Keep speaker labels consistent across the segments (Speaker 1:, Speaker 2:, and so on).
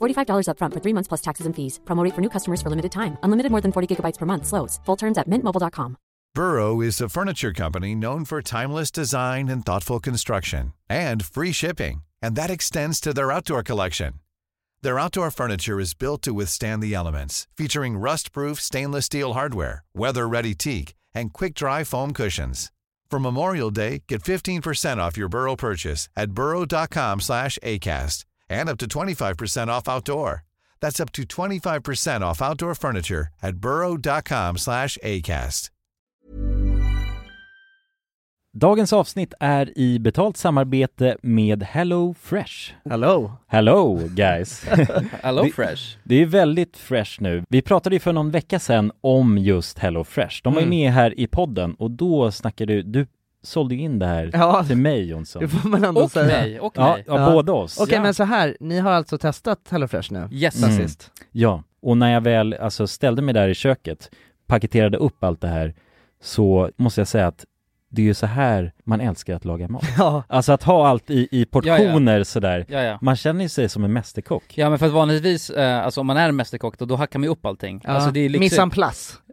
Speaker 1: $45 upfront for three months plus taxes and fees. Promote for new customers for limited time. Unlimited more than 40 gigabytes per month. Slows. Full terms at mintmobile.com.
Speaker 2: Burrow is a furniture company known for timeless design and thoughtful construction and free shipping, and that extends to their outdoor collection. Their outdoor furniture is built to withstand the elements, featuring rust-proof stainless steel hardware, weather-ready teak, and quick-dry foam cushions. For Memorial Day, get 15% off your Burrow purchase at burrow.com/acast and up to 25% off outdoor. That's up to 25% off outdoor furniture at burrow.com/acast.
Speaker 3: Dagens avsnitt är i betalt samarbete med Hello Fresh.
Speaker 4: Hello!
Speaker 3: Hello guys!
Speaker 5: Hello
Speaker 3: Det-
Speaker 5: Fresh
Speaker 3: Det är väldigt fresh nu. Vi pratade ju för någon vecka sedan om just Hello Fresh. De var ju
Speaker 5: Mm.
Speaker 3: med här i podden och då snackade du, du sålde ju in det här
Speaker 4: Ja,
Speaker 3: till mig Jonsson.
Speaker 4: det får man ändå
Speaker 5: Och
Speaker 4: säga
Speaker 5: mig, och
Speaker 3: Ja,
Speaker 5: mig
Speaker 3: ja,
Speaker 4: Ja.
Speaker 3: båda oss.
Speaker 4: Okej
Speaker 5: Ja.
Speaker 4: men så här, ni har alltså testat HelloFresh nu?
Speaker 5: Yes
Speaker 3: Mm.
Speaker 5: assist
Speaker 3: Ja, och när jag väl alltså, ställde mig där i köket, paketerade upp allt det här, så måste jag säga att det är ju så här man älskar att laga mat.
Speaker 4: Ja,
Speaker 3: Alltså att ha allt i, i portioner sådär.
Speaker 5: Ja ja
Speaker 3: Man känner ju sig som en mästerkock.
Speaker 5: Ja men för att vanligtvis, eh, alltså om man är mästerkock då, då hackar man ju upp allting
Speaker 4: ja.
Speaker 5: Alltså det är lyxigt,
Speaker 4: Mise en place.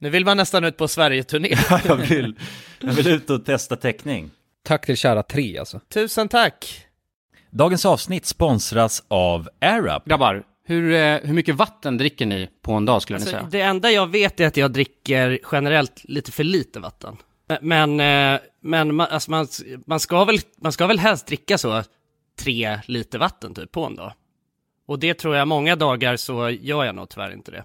Speaker 6: Nu vill man nästan ut på Sverige-turné.
Speaker 3: Jag vill, jag vill ut och testa täckning.
Speaker 7: Tack till kära tre alltså.
Speaker 6: Tusen tack!
Speaker 3: Dagens avsnitt sponsras av AirUp.
Speaker 8: Grabbar, hur, eh, hur mycket vatten dricker ni på en dag skulle ni
Speaker 4: Alltså,
Speaker 8: säga?
Speaker 4: det enda jag vet är att jag dricker generellt lite för lite vatten. Men, eh, men man, alltså man, man, ska väl, man ska väl helst dricka så tre liter vatten typ på en dag. Och det tror jag många dagar så gör jag nog tyvärr inte det.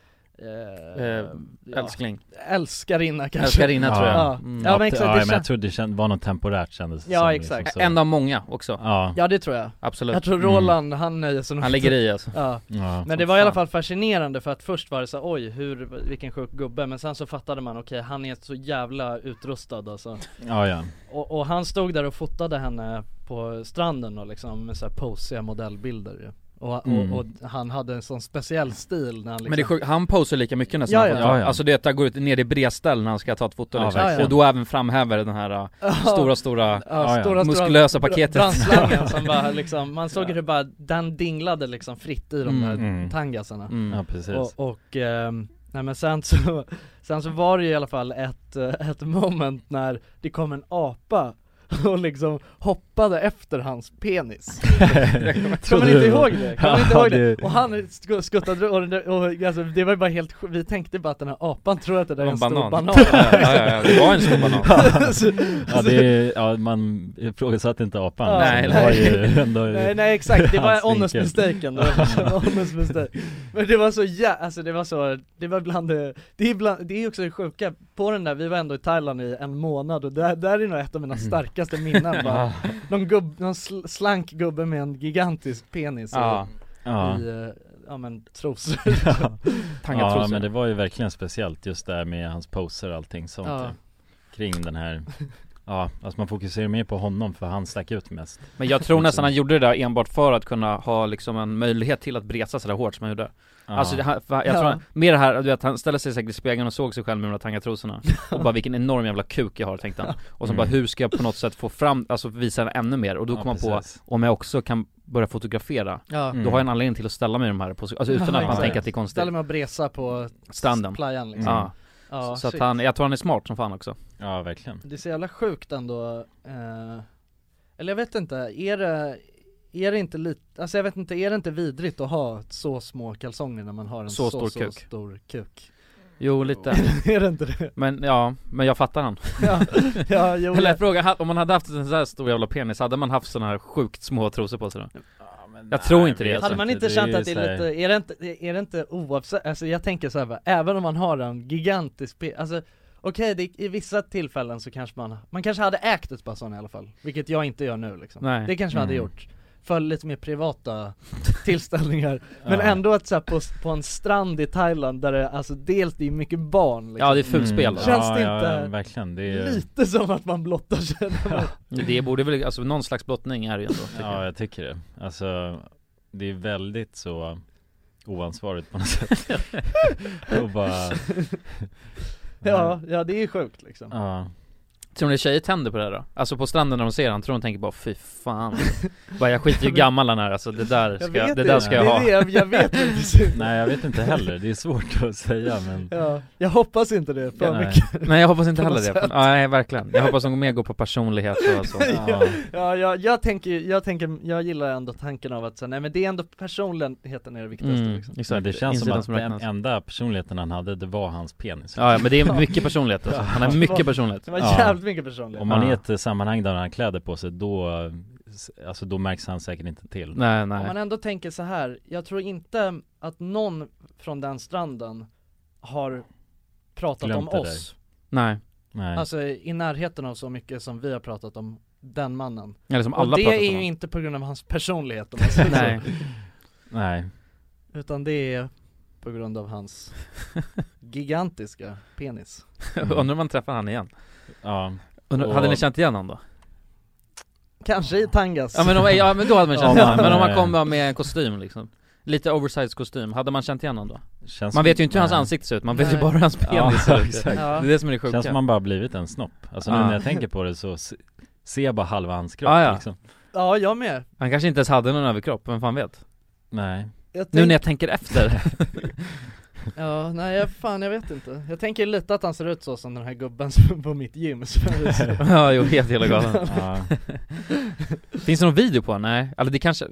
Speaker 5: Eh,
Speaker 6: ja,
Speaker 5: Älskling.
Speaker 6: älskarinna kanske
Speaker 5: Älskarinna tror jag. Mm.
Speaker 6: Ja, ja men exakt, det
Speaker 9: ja, men jag
Speaker 6: känns,
Speaker 9: tror det känd, var något temporärt kändes det
Speaker 6: Ja,
Speaker 9: som,
Speaker 6: exakt.
Speaker 9: liksom så.
Speaker 5: En av många också.
Speaker 9: Ja,
Speaker 6: ja det tror jag Jag
Speaker 5: Absolut. Mm.
Speaker 6: tror Roland, han nöjer sig nog
Speaker 5: Han
Speaker 6: inte.
Speaker 5: ligger i alltså.
Speaker 6: Ja.
Speaker 9: ja.
Speaker 6: Men det var i alla fall fascinerande för att först var det så här, oj hur, vilken sjuk gubbe men sen så fattade man okej han är så jävla utrustad alltså
Speaker 9: ja, ja.
Speaker 6: och, och han stod där och fotade henne på stranden och liksom med så här posiga modellbilder ju. och, och, och han hade en sån speciell stil när han liksom
Speaker 5: Mm. Men det är sjukt, han posar lika mycket nästan
Speaker 6: Ja,
Speaker 5: han
Speaker 6: ja.
Speaker 5: fotar.
Speaker 9: Ja, ja.
Speaker 5: Alltså det är att han går ut ner i bredställ när han ska ta ett foto
Speaker 9: Ja,
Speaker 5: liksom.
Speaker 6: verkligen.
Speaker 5: Och då även framhäver den här äh, stora stora
Speaker 6: Ja,
Speaker 9: ja.
Speaker 6: stora, stora
Speaker 5: muskulösa paketet
Speaker 6: Brandslangen som bara liksom, man såg hur det bara, den dinglade liksom fritt i de
Speaker 5: Mm,
Speaker 6: där
Speaker 9: mm.
Speaker 6: tangasarna
Speaker 5: mm.
Speaker 9: ja precis.
Speaker 6: Och, och ehm, nej men sen så, sen så var det ju i alla fall ett, eh, ett moment när det kom en apa och liksom hoppade efter hans penis Kommer ni inte ihåg det? Kommer ni inte
Speaker 9: Ja,
Speaker 6: ihåg det?
Speaker 9: det-
Speaker 6: Och han sk- skuttade och, den där- och alltså, det var ju bara helt sj- vi tänkte bara att den här apan tror att det där är en stor banan
Speaker 5: Ja, ja, ja, ja, det var en stor banan
Speaker 6: Så-
Speaker 9: Ja, det är, ja, man ifrågasatte inte apan.
Speaker 6: Ja.
Speaker 5: Nej,
Speaker 9: det var
Speaker 5: nej.
Speaker 9: ju ändå...
Speaker 6: Nej nej exakt, det var
Speaker 9: Hans
Speaker 6: honest
Speaker 9: vinkel.
Speaker 6: mistaken, det var honest mistake Men det var så ja, alltså det var så, det var bland det, det är bland, det är också det sjuka, på den där, vi var ändå i Thailand i en månad och där, där är nog ett av
Speaker 5: Mm.
Speaker 6: mina starkaste minnen bara Någon gubb, någon sl- slank gubbe med en gigantisk penis
Speaker 5: Ja,
Speaker 9: Ja.
Speaker 6: i, eh, ja men trosor
Speaker 9: Ja,
Speaker 5: tangatrosor
Speaker 9: men det var ju verkligen speciellt just där med hans poser och allting sånt
Speaker 6: Ja.
Speaker 9: där. Kring den här Ja, alltså man fokuserar mer på honom för han stack ut mest
Speaker 5: Men jag tror nästan han gjorde det där enbart för att kunna ha liksom en möjlighet till att bresa sådär hårt som han gjorde
Speaker 9: ja.
Speaker 5: Alltså det här- för jag
Speaker 6: Ja.
Speaker 5: tror, han- mer det här, du vet han ställde sig säkert i spegeln och såg sig själv med de där tangatrosorna Och bara vilken enorm jävla kuk jag har tänkte han Och sen
Speaker 9: Mm.
Speaker 5: bara hur ska jag på något sätt få fram, alltså visa den ännu mer? Och då
Speaker 9: Ja,
Speaker 5: kom han på,
Speaker 9: precis.
Speaker 5: om jag också kan börja fotografera
Speaker 6: Ja,
Speaker 9: Mm.
Speaker 5: Då har jag en anledning till att ställa mig i de här positionerna, alltså utan
Speaker 6: Ja,
Speaker 5: att man
Speaker 6: exakt.
Speaker 5: tänker att det är konstigt
Speaker 6: ställer mig och bresa på
Speaker 5: Stranden Mm.
Speaker 6: playan liksom
Speaker 5: Ja,
Speaker 6: Ja,
Speaker 5: så att
Speaker 6: shit.
Speaker 5: han, jag tror han är smart som fan också
Speaker 9: Ja, verkligen
Speaker 6: Det är så jävla sjukt ändå, eh, eller jag vet inte, är det, är det inte lite, alltså jag vet inte, är det inte vidrigt att ha så små kalsonger när man har en så,
Speaker 5: Så
Speaker 6: så,
Speaker 5: stor
Speaker 6: så
Speaker 5: kuk.
Speaker 6: stor kuk?
Speaker 5: Jo lite,
Speaker 6: är det inte det?
Speaker 5: men ja, men jag fattar han
Speaker 6: ja, ja, jo,
Speaker 5: Eller
Speaker 6: jag,
Speaker 5: fråga, ha- om man hade haft en sån här stor jävla penis, hade man haft såna här sjukt små trosor på sig då? Jag tror inte det,
Speaker 9: vet
Speaker 5: alltså.
Speaker 6: hade man inte
Speaker 9: är
Speaker 6: känt
Speaker 9: ju
Speaker 6: att det
Speaker 9: så här-
Speaker 6: är lite, är det inte, är det inte oavsett, alltså jag tänker så här, bara, även om man har en gigantisk pe- alltså Okej, det- i vissa tillfällen så kanske man, man kanske hade ägt ett par sådana i alla fall, vilket jag inte gör nu liksom.
Speaker 5: Nej.
Speaker 6: Det kanske man hade
Speaker 9: Mm.
Speaker 6: gjort för lite mer privata tillställningar Men
Speaker 5: Ja.
Speaker 6: ändå att så här, på, på en strand i Thailand där det, alltså dels det är mycket barn liksom.
Speaker 5: Ja, det är fult
Speaker 9: Mm.
Speaker 5: spel.
Speaker 6: Känns
Speaker 5: Ja,
Speaker 6: det
Speaker 5: ja,
Speaker 6: inte
Speaker 5: ja, verkligen. Det är-
Speaker 6: lite som att man blottar sig? när man-
Speaker 5: Det borde väl, alltså någon slags blottning är det ju ändå tycker
Speaker 3: Ja,
Speaker 5: jag.
Speaker 3: jag tycker det. Alltså, det är väldigt så oansvarigt på något sätt. Och bara...
Speaker 6: ja, ja det är sjukt liksom
Speaker 3: Ja.
Speaker 5: Tror ni tjejer tänder på det här då? Alltså på stranden när de ser han, tror de tänker bara fy fan Bara jag skiter ju i hur gammal han är alltså, det där ska jag, det där ska jag ha
Speaker 3: Nej, jag vet inte heller. Det är svårt att säga men...
Speaker 6: Ja, jag hoppas inte det för
Speaker 5: Nej.
Speaker 6: mycket
Speaker 5: Nej jag hoppas inte
Speaker 6: På
Speaker 5: heller
Speaker 6: något
Speaker 5: det,
Speaker 6: sätt.
Speaker 5: nej verkligen Jag hoppas de mer går på personlighet och så
Speaker 6: ja, ja jag, jag tänker, jag tänker, jag gillar ändå tanken av att så, nej men det är ändå personligheten är det viktigaste
Speaker 5: Mm,
Speaker 6: liksom.
Speaker 5: exakt.
Speaker 3: Men det känns som
Speaker 5: Insidan
Speaker 3: att
Speaker 5: som
Speaker 3: den
Speaker 5: räknas.
Speaker 3: enda personligheten han hade, det var hans penis
Speaker 5: Ja, ja, men det är mycket personlighet, alltså. Han har mycket personlighet.
Speaker 6: Det var jävligt mycket personlighet.
Speaker 3: Om man är i
Speaker 5: Ja.
Speaker 3: ett eh, sammanhang där han har kläder på sig, då, eh, s- alltså, då märks han säkert inte till
Speaker 5: Nej
Speaker 6: Om man ändå tänker så här, jag tror inte att någon från den stranden har pratat
Speaker 3: Glömt det
Speaker 6: om
Speaker 3: där.
Speaker 6: oss
Speaker 5: Nej. Nej.
Speaker 6: Alltså i närheten av så mycket som vi har pratat om den mannen
Speaker 5: Eller som
Speaker 6: Och
Speaker 5: alla
Speaker 6: det
Speaker 5: pratat
Speaker 6: är
Speaker 5: om
Speaker 6: ju
Speaker 5: honom.
Speaker 6: inte på grund av hans personlighet om man säger så.
Speaker 5: Nej.
Speaker 3: Nej
Speaker 6: Utan det är på grund av hans gigantiska penis
Speaker 5: Undrar om man träffar han igen
Speaker 3: Ja
Speaker 5: Mm. Undrar,
Speaker 6: Och-
Speaker 5: Hade ni känt igen honom då?
Speaker 6: Kanske i tangas
Speaker 5: Ja men, om, ja, men då hade man känt
Speaker 6: Ja,
Speaker 5: igen honom, men om
Speaker 6: nej.
Speaker 5: man kom bara med en kostym liksom Lite oversized kostym, hade man känt igen honom då?
Speaker 3: Känns-
Speaker 5: man vet ju inte hur hans
Speaker 3: nej.
Speaker 5: ansikte ser ut, man vet ju bara hur hans penis ser ut
Speaker 3: exakt.
Speaker 5: Det är det som är det sjuka
Speaker 3: Känns som han bara blivit en snopp Alltså nu
Speaker 5: Ja.
Speaker 3: när jag tänker på det så se- ser jag bara halva hans kropp
Speaker 5: Ja, ja.
Speaker 3: liksom
Speaker 6: Ja jag med
Speaker 5: Han kanske inte ens hade någon överkropp, vem fan vet?
Speaker 3: Nej
Speaker 6: Jag
Speaker 5: Nu när jag
Speaker 6: tänk-
Speaker 5: tänker efter
Speaker 6: Ja, nej jag, fan jag vet inte. Jag tänker lite att han ser ut så som den här gubben som på mitt gym som jag visade.
Speaker 5: Ja jo, helt jävla galen Finns det någon video på honom? Nej, eller det kanske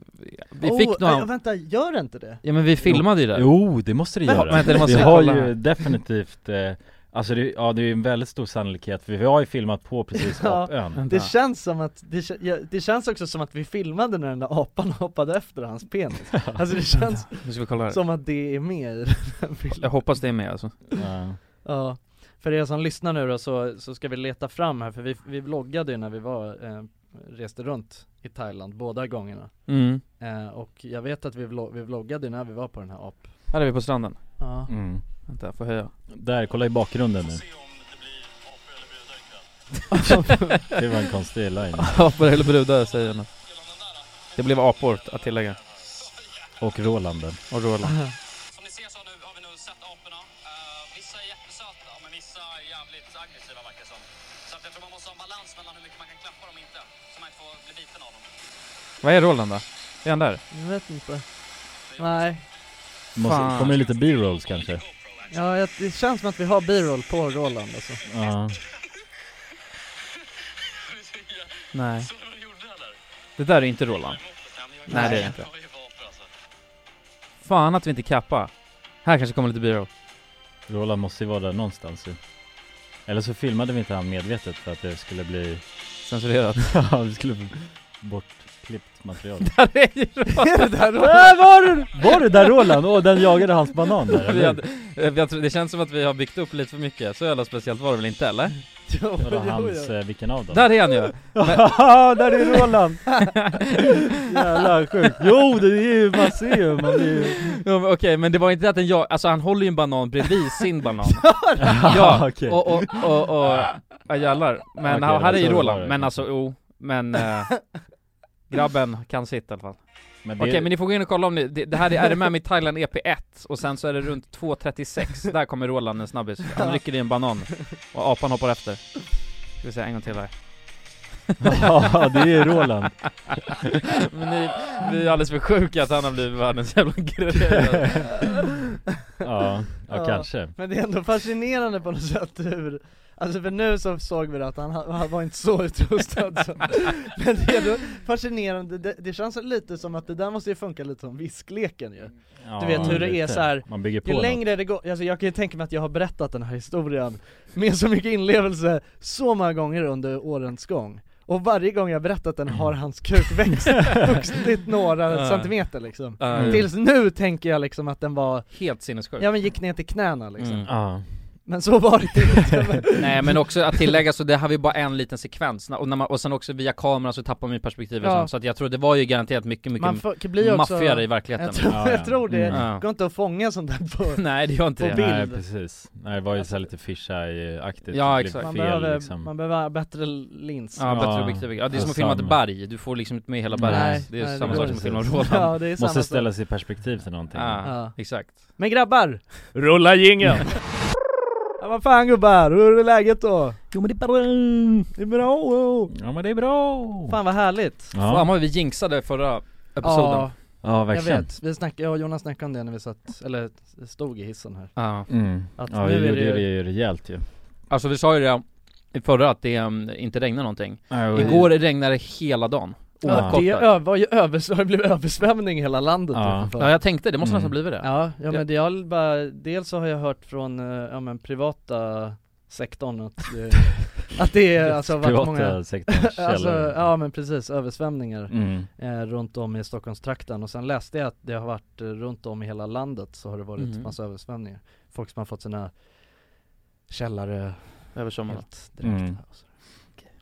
Speaker 5: Vi fick nog
Speaker 6: oh, äh,
Speaker 5: han...
Speaker 6: Vänta, gör inte det?
Speaker 5: Ja men vi filmade ju det
Speaker 3: Jo, det måste det
Speaker 5: Men-
Speaker 3: göra
Speaker 5: Vänta, det måste vi
Speaker 3: Vi har
Speaker 5: kolla här.
Speaker 3: ju definitivt eh, Alltså det, ja, det är ju en väldigt stor sannolikhet för vi har ju filmat på precis
Speaker 6: Ja,
Speaker 3: apön
Speaker 6: det känns som att, det, kä- ja, det känns också som att vi filmade när den där apan hoppade efter hans penis Alltså det känns
Speaker 5: Nu ska vi kolla här.
Speaker 6: som att det är med i den här bilden
Speaker 5: Jag hoppas det är med alltså
Speaker 6: Ja, för er som lyssnar nu då så, så ska vi leta fram här för vi, vi vloggade ju när vi var, eh, reste runt i Thailand båda gångerna
Speaker 5: Mm.
Speaker 6: eh, Och jag vet att vi, vlog, vi vloggade ju när vi var på den här ap
Speaker 5: Här är vi på stranden
Speaker 6: Ja.
Speaker 3: Mm.
Speaker 5: Vänta, jag får höja
Speaker 3: Där, kolla i bakgrunden nu Det var en konstig line
Speaker 5: Apor eller brudar säger han Det blev apor att tillägga
Speaker 3: Och Rolanden
Speaker 5: Och Roland Vad är Roland då? Är han där?
Speaker 6: Jag vet inte Nej
Speaker 3: Måste,
Speaker 6: Fan.
Speaker 3: Kommer det lite b-rolls kanske?
Speaker 6: Ja, jag, det känns som att vi har biroll på Roland alltså
Speaker 3: Ja
Speaker 5: Nej Det där är inte Roland Nej det är det inte Fan att vi inte kappa Här kanske kommer lite b-roll
Speaker 3: Roland måste ju vara där någonstans ju Eller så filmade vi inte han medvetet för att det skulle bli
Speaker 5: Censurerat
Speaker 3: Ja, det skulle bli bortklippt material
Speaker 5: Där är ju Roland!
Speaker 6: Är det där Roland?
Speaker 3: Där var du! Var det där Roland? Åh, den jagade hans banan där, eller
Speaker 5: vi
Speaker 3: hur?
Speaker 5: hade, eh, jag tror, Det känns som att vi har byggt upp lite för mycket, så jävla speciellt var det väl inte eller?
Speaker 3: Vadå, hans, eh, vilken av dem?
Speaker 5: Där är han ju!
Speaker 3: Haha, där är Roland! Jävlar sjukt, jo det är ju, man ser ju, man är ju
Speaker 5: Ja, men Okej, men det var inte att den jag, alltså han håller ju en banan bredvid sin banan
Speaker 3: Ah,
Speaker 5: Ja,
Speaker 3: okej.
Speaker 5: och, och, och, och, ja jävlar Men
Speaker 3: Okej,
Speaker 5: han- här är
Speaker 3: det
Speaker 5: ju
Speaker 3: var så
Speaker 5: Roland,
Speaker 3: det var.
Speaker 5: men alltså jo, men eh, grabben kan sitt i alla fall
Speaker 3: det-
Speaker 5: Okej men ni får gå in och kolla om ni, det, det här är RMM i Thailand EP1 och sen så är det runt 2.36, där kommer Roland en snabbis, han rycker i en banan och apan hoppar efter Ska vi se en gång till här
Speaker 3: Ja, det är Roland.
Speaker 5: Men ni, ni är alldeles för sjuka att han har blivit världens jävla grej
Speaker 3: Ja, ja, kanske
Speaker 6: Men det är ändå fascinerande på något sätt hur Alltså för nu så såg vi det att han, han var inte så utrustad så. Men det är ändå fascinerande, det, det känns lite som att det där måste ju funka lite som viskleken ju
Speaker 3: Ja,
Speaker 6: Du vet hur det är
Speaker 3: lite.
Speaker 6: så här.
Speaker 3: Man bygger på
Speaker 6: ju
Speaker 3: något.
Speaker 6: längre det går, alltså jag kan ju tänka mig att jag har berättat den här historien Med så mycket inlevelse så många gånger under årens gång Och varje gång jag berättat den har hans kuk växt, vuxit några
Speaker 5: Ja.
Speaker 6: centimeter liksom
Speaker 5: Ja.
Speaker 6: Tills nu tänker jag liksom att den var
Speaker 5: Helt sinnessjuk
Speaker 6: Ja men gick ner till knäna liksom
Speaker 5: Mm.
Speaker 3: Ja.
Speaker 6: Men så var det inte.
Speaker 5: Nej men också att tillägga så det har vi bara en liten sekvens, och, när man, och sen också via kameran så tappar man ju perspektivet
Speaker 6: Ja.
Speaker 5: sen, så att jag tror det var ju garanterat mycket, mycket
Speaker 6: Man får- kan bli också-
Speaker 5: maffigare i verkligheten
Speaker 6: Jag tror, jag tror det,
Speaker 5: Mm. Ja.
Speaker 6: går inte att fånga sånt där på
Speaker 5: Nej det gör inte
Speaker 6: på
Speaker 5: det.
Speaker 6: bild.
Speaker 3: Nej precis, Nej, det var ju så här lite fisheye-aktigt
Speaker 5: Ja,
Speaker 3: Det blev
Speaker 5: exakt.
Speaker 6: Man,
Speaker 3: fel,
Speaker 6: behöver,
Speaker 3: liksom.
Speaker 6: man behöver bättre lins.
Speaker 5: Ja, bättre objektiv. Ja, det är som att filma ett berg, du får liksom inte med hela berget.
Speaker 6: Nej,
Speaker 5: det är
Speaker 6: nej, det
Speaker 5: samma sak
Speaker 6: går
Speaker 5: som att
Speaker 6: inte.
Speaker 5: filma Roland.
Speaker 6: Ja, det är samma
Speaker 3: Måste
Speaker 6: sak.
Speaker 3: ställas i perspektiv till någonting
Speaker 5: Ja, exakt.
Speaker 6: Men grabbar!
Speaker 3: Rulla jingeln!
Speaker 6: Ja, vad fan gubbar, hur är läget då?
Speaker 5: Jo men det är bra! Det
Speaker 6: är bra!
Speaker 3: Ja men det är bra!
Speaker 6: Oh. Fan vad härligt!
Speaker 3: Ja.
Speaker 5: Fan vad vi jinxade förra episoden.
Speaker 6: Ja, Jag vet, vi snackade, jag och Jonas snackade om det när vi satt, eller stod i hissen här
Speaker 5: Ja.
Speaker 3: Mm.
Speaker 6: Att
Speaker 3: Ja,
Speaker 6: nu
Speaker 3: vi
Speaker 6: är
Speaker 3: gjorde
Speaker 6: det,
Speaker 3: det ju rejält ju
Speaker 5: Alltså vi sa ju det i förra att det um, inte regnar någonting.
Speaker 3: Nej, och-
Speaker 5: Igår regnade det hela dagen.
Speaker 6: ja,
Speaker 5: Oavkortat.
Speaker 6: det ö- var ju över, det blev översvämning i hela landet
Speaker 5: Ja.
Speaker 6: ju för fan.
Speaker 5: Ja, jag tänkte, det måste nästan blivit det.
Speaker 6: Ja, ja
Speaker 5: Ja.
Speaker 6: men det jag bara, dels så har jag hört från, eh, ja men privata sektorn att det, att det är alltså varit
Speaker 3: Privata
Speaker 6: många
Speaker 3: sektorns
Speaker 6: alltså,
Speaker 3: källor.
Speaker 6: Ja men precis, översvämningar
Speaker 3: Mm.
Speaker 6: eh, runt om i Stockholmstrakten och sen läste jag att det har varit eh, runt om i hela landet så har det varit
Speaker 5: Mm.
Speaker 6: massa översvämningar Folk som har fått sina källare
Speaker 5: över sommaren
Speaker 6: direkt
Speaker 3: Mm.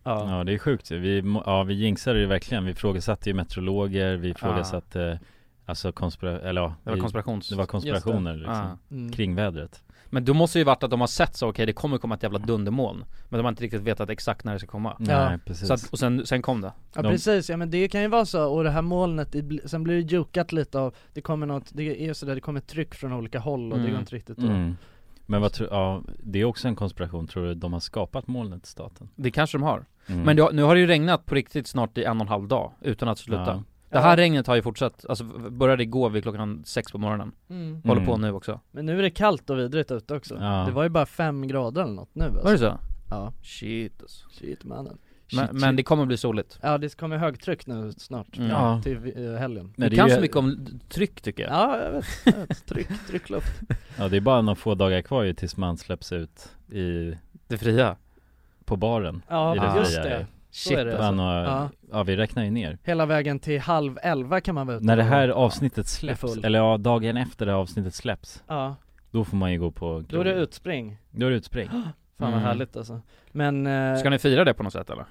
Speaker 6: Ja.
Speaker 3: Ja. det är sjukt ju. vi, må- ja, vi jinxade det ju verkligen, vi frågasatte ju meteorologer, vi frågasatte eh, Alltså konspira... eller ja,
Speaker 5: Det var
Speaker 3: vi-
Speaker 5: konspirations-
Speaker 3: Det var konspirationer
Speaker 5: Just det.
Speaker 3: liksom,
Speaker 5: Ja. Mm.
Speaker 3: kring vädret
Speaker 5: Men då måste ju varit att de har sett så, okej det kommer komma ett jävla dundermoln Men de har inte riktigt vetat exakt när det ska komma
Speaker 3: Nej, Ja. precis.
Speaker 5: så att, Och sen, sen kom det
Speaker 6: Ja
Speaker 5: de,
Speaker 6: precis, ja men det kan ju vara så, och det här molnet, det bli, sen blir det jukat lite av, det kommer något, det är ju sådär, det kommer tryck från olika håll och det går inte riktigt att
Speaker 3: Mm. Men vad tror, ja, det är också en konspiration, tror du de har skapat molnet staten?
Speaker 5: Det kanske de har
Speaker 3: Mm.
Speaker 5: Men det, nu har det ju regnat på riktigt snart i en och en halv dag utan att sluta
Speaker 3: Ja.
Speaker 5: Det här regnet har ju fortsatt, alltså v- började igår vid klockan sex på morgonen
Speaker 6: Mm.
Speaker 5: Håller på
Speaker 6: Mm.
Speaker 5: nu också
Speaker 6: Men nu är det kallt och vidrigt ute också,
Speaker 5: Ja.
Speaker 6: det var ju bara fem grader eller något nu alltså.
Speaker 5: Var det så?
Speaker 6: Ja
Speaker 5: Shit alltså.
Speaker 6: Shit mannen
Speaker 5: men, men det kommer bli soligt
Speaker 6: Ja det kommer högtryck nu snart,
Speaker 5: Mm. Ja.
Speaker 6: till eh, helgen
Speaker 5: Du kan så mycket om d- tryck tycker jag
Speaker 6: Ja jag vet, jag vet. tryck, tryckluft
Speaker 3: Ja det är bara några få dagar kvar ju tills man släpps ut i
Speaker 5: Det fria
Speaker 3: På baren
Speaker 6: Ja,
Speaker 3: i
Speaker 6: just
Speaker 3: fria.
Speaker 6: det. Så
Speaker 3: Shit
Speaker 6: är det
Speaker 3: alltså.
Speaker 6: alltså.
Speaker 3: ja.
Speaker 6: Ja.
Speaker 3: ja vi räknar ju ner
Speaker 6: Hela vägen till halv elva kan man vara ute
Speaker 3: När det
Speaker 6: och-
Speaker 3: här avsnittet släpps,
Speaker 6: full.
Speaker 3: eller ja, dagen efter det här avsnittet släpps
Speaker 6: Ja.
Speaker 3: Då får man ju gå på
Speaker 6: Då är det
Speaker 3: krogen.
Speaker 6: utspring
Speaker 3: Då är det utspring
Speaker 6: Fan vad
Speaker 3: Mm.
Speaker 6: härligt alltså Men eh,
Speaker 5: Ska ni fira det på något sätt eller?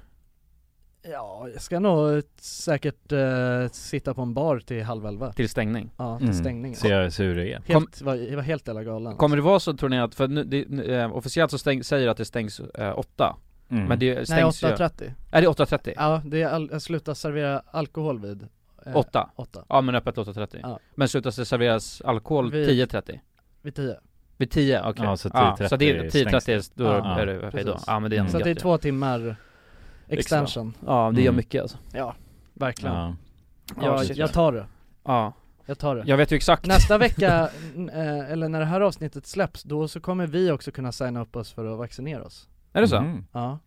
Speaker 6: Ja, jag ska nog säkert eh, sitta på en bar till halv elva
Speaker 5: Till stängning?
Speaker 6: Ja, till
Speaker 5: Mm.
Speaker 6: stängning
Speaker 5: Se hur- se hur det är.
Speaker 6: Helt, var, jag var helt jävla galen
Speaker 5: Kommer det vara så tror ni att, för nu, det, eh, officiellt så stäng, säger att det stängs eh, 8
Speaker 6: Mm.
Speaker 5: Men det
Speaker 6: Nej,
Speaker 5: stängs
Speaker 6: 8.30
Speaker 5: ju Är det 8.30?
Speaker 6: Ja, det är all, jag slutar servera alkohol vid eh,
Speaker 5: 8?
Speaker 6: åtta.
Speaker 5: Ja men öppet 8.30
Speaker 6: Ja.
Speaker 5: Men slutas det serveras alkohol
Speaker 6: Vid-
Speaker 5: 10.30?
Speaker 6: Vid 10
Speaker 5: Vid 10? Okej
Speaker 3: Ja, så
Speaker 5: så det
Speaker 3: 10.30
Speaker 5: är 10.30 är, då
Speaker 3: Ja.
Speaker 5: är det hej då.
Speaker 6: Precis.
Speaker 5: Ja men det är ändå
Speaker 6: Så att det är
Speaker 5: gött ju.
Speaker 6: två timmar
Speaker 5: Extra.
Speaker 6: extension
Speaker 5: Ja det gör
Speaker 3: Mm.
Speaker 5: mycket alltså
Speaker 6: Ja, verkligen
Speaker 5: Ja.
Speaker 6: jag,
Speaker 5: shit,
Speaker 6: jag tar det
Speaker 5: Ja
Speaker 6: Jag tar det
Speaker 5: Jag vet ju exakt
Speaker 6: Nästa vecka, n- eh, eller när det här avsnittet släpps, då så kommer vi också kunna signa upp oss för att vaccinera oss
Speaker 5: Är det så?
Speaker 3: Mhm.
Speaker 6: Ja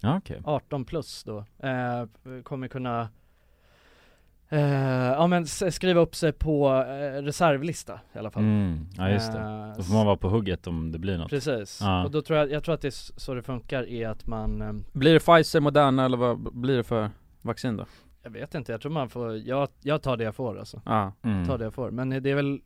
Speaker 3: Ja okej
Speaker 6: 18 plus då, eh, kommer kunna eh, ja men s- skriva upp sig på eh, reservlista i alla fall
Speaker 3: mm. Ja just det,
Speaker 6: Eh,
Speaker 3: då får man vara på hugget om det blir något
Speaker 6: Precis,
Speaker 3: ja.
Speaker 6: och då tror jag, jag tror att det är s- så det funkar är att man ehm,
Speaker 5: Blir det Pfizer, Moderna eller vad blir det för vaccin då?
Speaker 6: Jag vet inte, jag tror man får, jag, jag tar det jag får alltså
Speaker 5: Ja. Mm.
Speaker 6: Tar det jag får, men det är väl,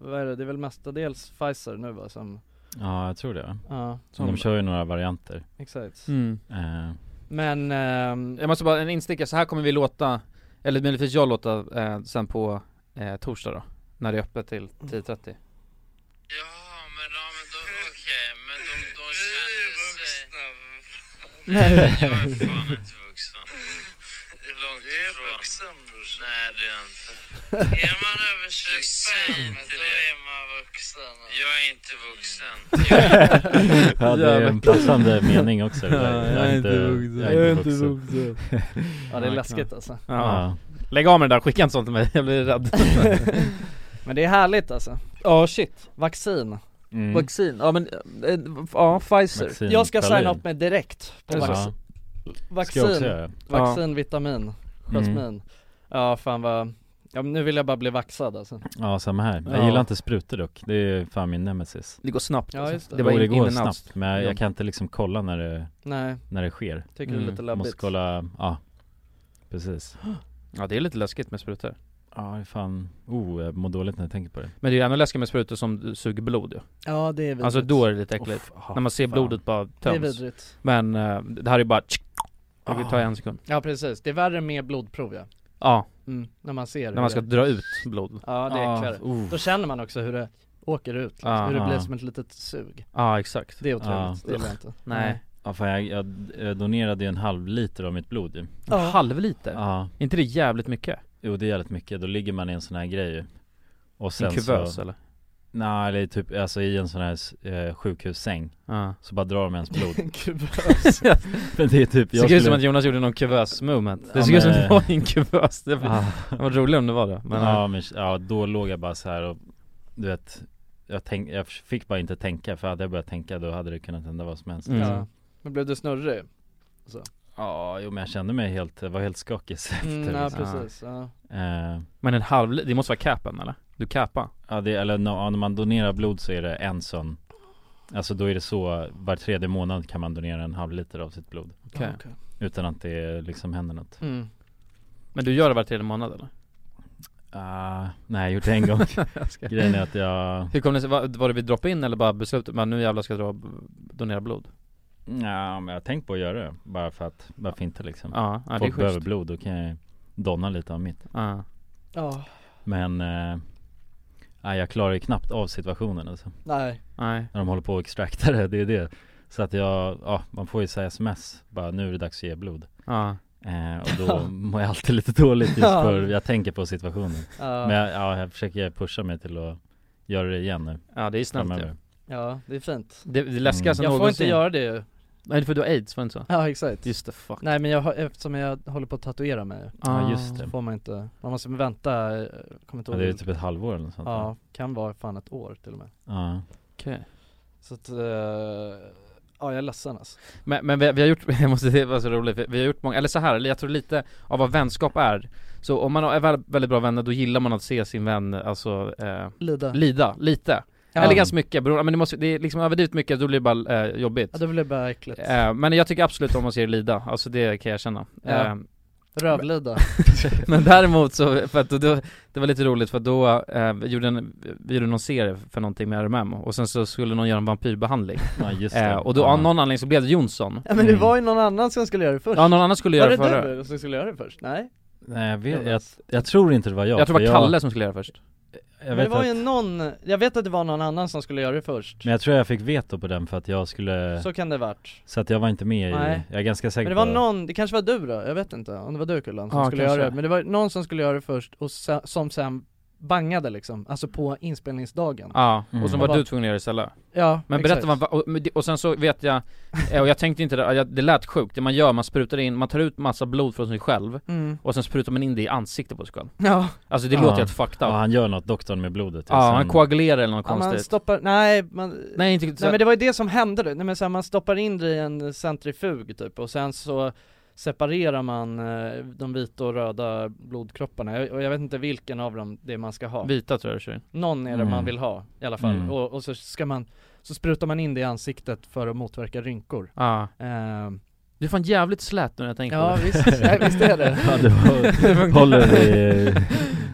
Speaker 6: vad är det, det är väl mestadels Pfizer nu va som
Speaker 3: Ja jag tror det
Speaker 6: Ja.
Speaker 3: Så De kör ju några varianter
Speaker 6: Exakt
Speaker 5: Mm.
Speaker 3: Eh,
Speaker 6: Men ehm,
Speaker 5: Jag måste bara, en instickare, så här kommer vi låta, eller möjligtvis jag låta eh, sen på eh, torsdag då, när det är öppet till
Speaker 10: Mm.
Speaker 5: 10.30
Speaker 10: Nej. Jag är fan inte vuxen. Det är långt ifrån. Du är vuxen brorsan. Nej det är jag inte. Är man över 25 då är man vuxen. Jag är inte vuxen.
Speaker 3: Ja det är en passande mening också det där.
Speaker 5: Ja, jag är inte vuxen. Jag är inte vuxen.
Speaker 6: Ja det är läskigt alltså
Speaker 5: ja. Lägg av med det där, skicka inte sånt till mig, jag blir rädd
Speaker 6: Men det är härligt alltså
Speaker 5: Ja shit
Speaker 6: Vaccin
Speaker 3: Mm.
Speaker 5: Vaccin, ja men, eh, ja Pfizer
Speaker 3: Vaccin,
Speaker 6: Jag ska
Speaker 3: Berlin.
Speaker 6: signa upp mig direkt på
Speaker 3: Ja.
Speaker 6: vaccin
Speaker 3: Ska jag
Speaker 6: Vaccin,
Speaker 3: också göra.
Speaker 6: vaccin, vitamin, jasmin Ja fan vad, ja, men nu vill jag bara bli vaxad alltså
Speaker 3: Ja samma här, jag
Speaker 6: Ja.
Speaker 3: gillar inte sprutor dock, det är fan min nemesis
Speaker 5: Det går snabbt
Speaker 6: Ja, alltså. just det.
Speaker 3: Det,
Speaker 6: Det var
Speaker 3: jo, det
Speaker 6: in-
Speaker 3: går
Speaker 6: in and out.
Speaker 3: snabbt, men jag,
Speaker 6: Ja.
Speaker 3: jag kan inte liksom kolla när det,
Speaker 6: Nej.
Speaker 3: när det sker
Speaker 6: Mm. Tycker det är lite labbigt.
Speaker 3: Måste kolla, ja precis
Speaker 5: Ja det är lite läskigt med sprutor
Speaker 3: Ja, det är fan, oh, jag mår dåligt när jag tänker på det
Speaker 5: Men det är ju ännu läskigare med sprutor som suger blod ju
Speaker 6: Ja, det är vidrigt.
Speaker 5: Alltså då är det lite äckligt,
Speaker 6: Uff, ah,
Speaker 5: när man ser
Speaker 6: fan.
Speaker 5: blodet bara töms
Speaker 6: Det är vidrigt.
Speaker 5: Men eh, det här är ju bara tsk, och
Speaker 6: Ah.
Speaker 5: det tar en sekund
Speaker 6: Ja precis, det är värre med blodprov ja.
Speaker 5: Ja,
Speaker 6: Mm, när man ser
Speaker 5: när man ska
Speaker 6: det...
Speaker 5: dra ut blod
Speaker 6: Ja det är äckligare.
Speaker 5: oh.
Speaker 6: Då känner man också hur det åker ut, liksom.
Speaker 5: Ja,
Speaker 6: hur det
Speaker 5: ja.
Speaker 6: blir som ett litet sug.
Speaker 5: Ah, Ja exakt
Speaker 6: Det är otroligt, det gillar jag inte.
Speaker 5: Nej.
Speaker 3: Ja, fan, jag, jag eh, donerade ju en halv liter av mitt blod ju
Speaker 5: En halv liter?
Speaker 3: Ja
Speaker 5: Är inte det jävligt mycket?
Speaker 3: Jo det är jävligt mycket, då ligger man i en sån här grej ju och
Speaker 5: En kuvös, alltså? eller?
Speaker 3: Nej eller typ, alltså i en sån här eh, sjukhussäng
Speaker 5: Ja.
Speaker 3: Så bara drar de ens blod
Speaker 6: En kuvös.
Speaker 3: Men det är typ,
Speaker 5: Det
Speaker 3: jag
Speaker 5: såg ut som
Speaker 3: skulle-
Speaker 5: att Jonas gjorde någon kuvös moment Det
Speaker 3: Ja,
Speaker 5: såg ut som
Speaker 3: men-
Speaker 5: att det var i en kuvös, det var,
Speaker 3: Ah.
Speaker 5: det var roligt om det var det men,
Speaker 3: ja, men ja, då låg jag bara så här och du vet jag, tänk, jag fick bara inte tänka för hade jag börjat tänka då hade det kunnat hända vad som helst
Speaker 5: Mm.
Speaker 6: Ja. Men blev du snurrig? Så.
Speaker 3: ja jo men jag kände mig helt, jag var helt skakig efter
Speaker 6: Mm, ja
Speaker 3: liksom.
Speaker 6: precis, ja.
Speaker 3: Eh,
Speaker 5: men en halv liter, det måste vara capen eller? Du capar?
Speaker 3: Ja det, eller no, ja, när man donerar blod så är det en sån Alltså då är det så, var tredje månad kan man donera en halv liter av sitt blod
Speaker 5: Okej.
Speaker 6: Ja, okej.
Speaker 3: Utan att det liksom händer något
Speaker 6: Mm.
Speaker 5: Men du gör det var tredje månad eller?
Speaker 3: Ah, nej jag gjort det en gång
Speaker 5: Jag ska-
Speaker 3: Grejen är att jag,
Speaker 5: Hur kom det sig, var, var det vid drop-in eller bara beslutet, men nu jävlar ska jag dra, donera blod?
Speaker 3: ja, men jag har tänkt på att göra det Bara för att, varför inte liksom?
Speaker 5: Ja, ja, det är
Speaker 3: Folk behöver
Speaker 5: schysst.
Speaker 3: blod, då kan jag donna lite av mitt
Speaker 5: Ja.
Speaker 6: Ja,
Speaker 3: Men, eh, nej, jag klarar ju knappt av situationen alltså
Speaker 6: nej.
Speaker 5: Nej
Speaker 3: När de håller på och extraktar det, det är det Så att jag, ja man får ju säga sms, bara nu är det dags att ge blod
Speaker 5: Ja
Speaker 3: Eh, och då mår jag alltid lite dåligt just
Speaker 6: Ja.
Speaker 3: för jag tänker på situationen
Speaker 6: Ja.
Speaker 3: Men jag, ja, jag försöker pusha mig till att göra det igen nu
Speaker 5: Ja det är snällt ju
Speaker 3: framöver.
Speaker 6: Ja, det är fint.
Speaker 5: Det, det läskigaste
Speaker 6: Jag
Speaker 3: Mm.
Speaker 6: får
Speaker 5: någonsin
Speaker 6: inte göra det ju.
Speaker 5: Nej för du har aids, var det inte så?
Speaker 6: Ja exakt.
Speaker 5: Just the fuck
Speaker 6: Nej men jag, har- eftersom jag håller på att tatuera mig
Speaker 5: Ah.
Speaker 3: Ja just
Speaker 6: så
Speaker 3: det,
Speaker 6: får man inte, man måste vänta, eh, kommer inte
Speaker 3: ja,
Speaker 6: ihåg
Speaker 3: det är typ ett halvår eller något sånt va?
Speaker 6: Ja, kan vara fan ett år till och med
Speaker 3: ja.
Speaker 5: Okej
Speaker 6: Så att, eh, ja jag är ledsen alltså.
Speaker 5: Men, men vi, vi har gjort, jag måste det var så roligt, vi, vi har gjort många, eller så här, eller jag tror lite av vad vänskap är Så om man har- är väl- väldigt bra vänner, då gillar man att se sin vän, alltså, eh,
Speaker 6: Lida
Speaker 5: lida, lite
Speaker 6: ja.
Speaker 5: Eller ganska mycket, beroende, men det måste, det är liksom överdrivet mycket, då blir det bara eh, jobbigt
Speaker 6: Ja det blev bara äckligt,
Speaker 5: eh, Men jag tycker absolut om att se er lida, alltså det kan jag känna
Speaker 6: Ja.
Speaker 5: eh,
Speaker 6: rövlida
Speaker 5: Men däremot så, för att då, då, det var lite roligt för att då eh, vi gjorde en, vi gjorde någon serie för någonting med RMM och sen så skulle någon göra en vampyrbehandling
Speaker 3: ja just det
Speaker 5: eh, Och då av någon anledning så blev det Jonsson
Speaker 6: Ja men det var ju någon annan som skulle göra det först
Speaker 5: Ja någon annan skulle göra det
Speaker 6: Var det
Speaker 5: förra
Speaker 6: du som skulle göra det först? Nej?
Speaker 3: Nej jag vet, jag,
Speaker 6: Jonas.
Speaker 3: jag tror inte det var jag
Speaker 5: Jag tror det
Speaker 3: för
Speaker 5: var Kalle som skulle göra det först
Speaker 3: jag,
Speaker 6: Mm. men
Speaker 3: jag vet
Speaker 6: det var
Speaker 3: att,
Speaker 6: ju någon, jag vet att det var någon annan som skulle göra det först
Speaker 3: Men jag tror jag fick veto på den för att jag skulle Så,
Speaker 6: Så kan det varit
Speaker 3: att jag var inte med i,
Speaker 6: Nej.
Speaker 3: jag är ganska
Speaker 6: Men
Speaker 3: säker
Speaker 6: det var
Speaker 3: på
Speaker 6: någon, det kanske var du då? Jag vet inte om det var du Kullan som
Speaker 5: Ja,
Speaker 6: skulle
Speaker 5: kanske.
Speaker 6: göra det Men det var någon som skulle göra det först och se, som sen bangade liksom, alltså på inspelningsdagen
Speaker 5: Ja,
Speaker 3: Mm.
Speaker 5: och sen
Speaker 6: Jag
Speaker 5: var
Speaker 6: bara-
Speaker 5: du tvungen att göra det istället
Speaker 6: Ja,
Speaker 5: Men
Speaker 6: exakt.
Speaker 5: berätta vad, och, men det- och sen så vet jag, eh, och jag tänkte inte det, jag- det lät sjukt, det man gör, man sprutar in, man tar ut massa blod från sig själv
Speaker 6: mm.
Speaker 5: och sen sprutar man in det i ansiktet på sig själv
Speaker 6: Ja,
Speaker 5: Alltså det
Speaker 3: Ja.
Speaker 5: låter helt fucked up
Speaker 3: Ja
Speaker 5: Ja,
Speaker 3: han gör något, doktorn med blodet Liksom. och sen-
Speaker 5: han koagulerar eller något
Speaker 6: ja man
Speaker 5: konstigt
Speaker 6: stoppar, nej man
Speaker 5: Nej inte,
Speaker 6: Nej men det var ju det som hände då, nej men så här, man stoppar in det i en centrifug typ och sen så separerar man eh, de vita och röda blodkropparna Jag- och jag vet inte vilken av dem det är man ska ha
Speaker 5: vita tror jag det är
Speaker 6: Någon är det
Speaker 3: Mm.
Speaker 6: man vill ha i alla fall
Speaker 3: Mm.
Speaker 6: och, och så ska man, så sprutar man in det i ansiktet för att motverka rynkor
Speaker 5: Ja,
Speaker 6: Ehm,
Speaker 5: du är fan jävligt slät nu när jag tänker på
Speaker 6: Ja
Speaker 5: det
Speaker 6: visst, nej, visst är det
Speaker 3: Ja det var, håller i,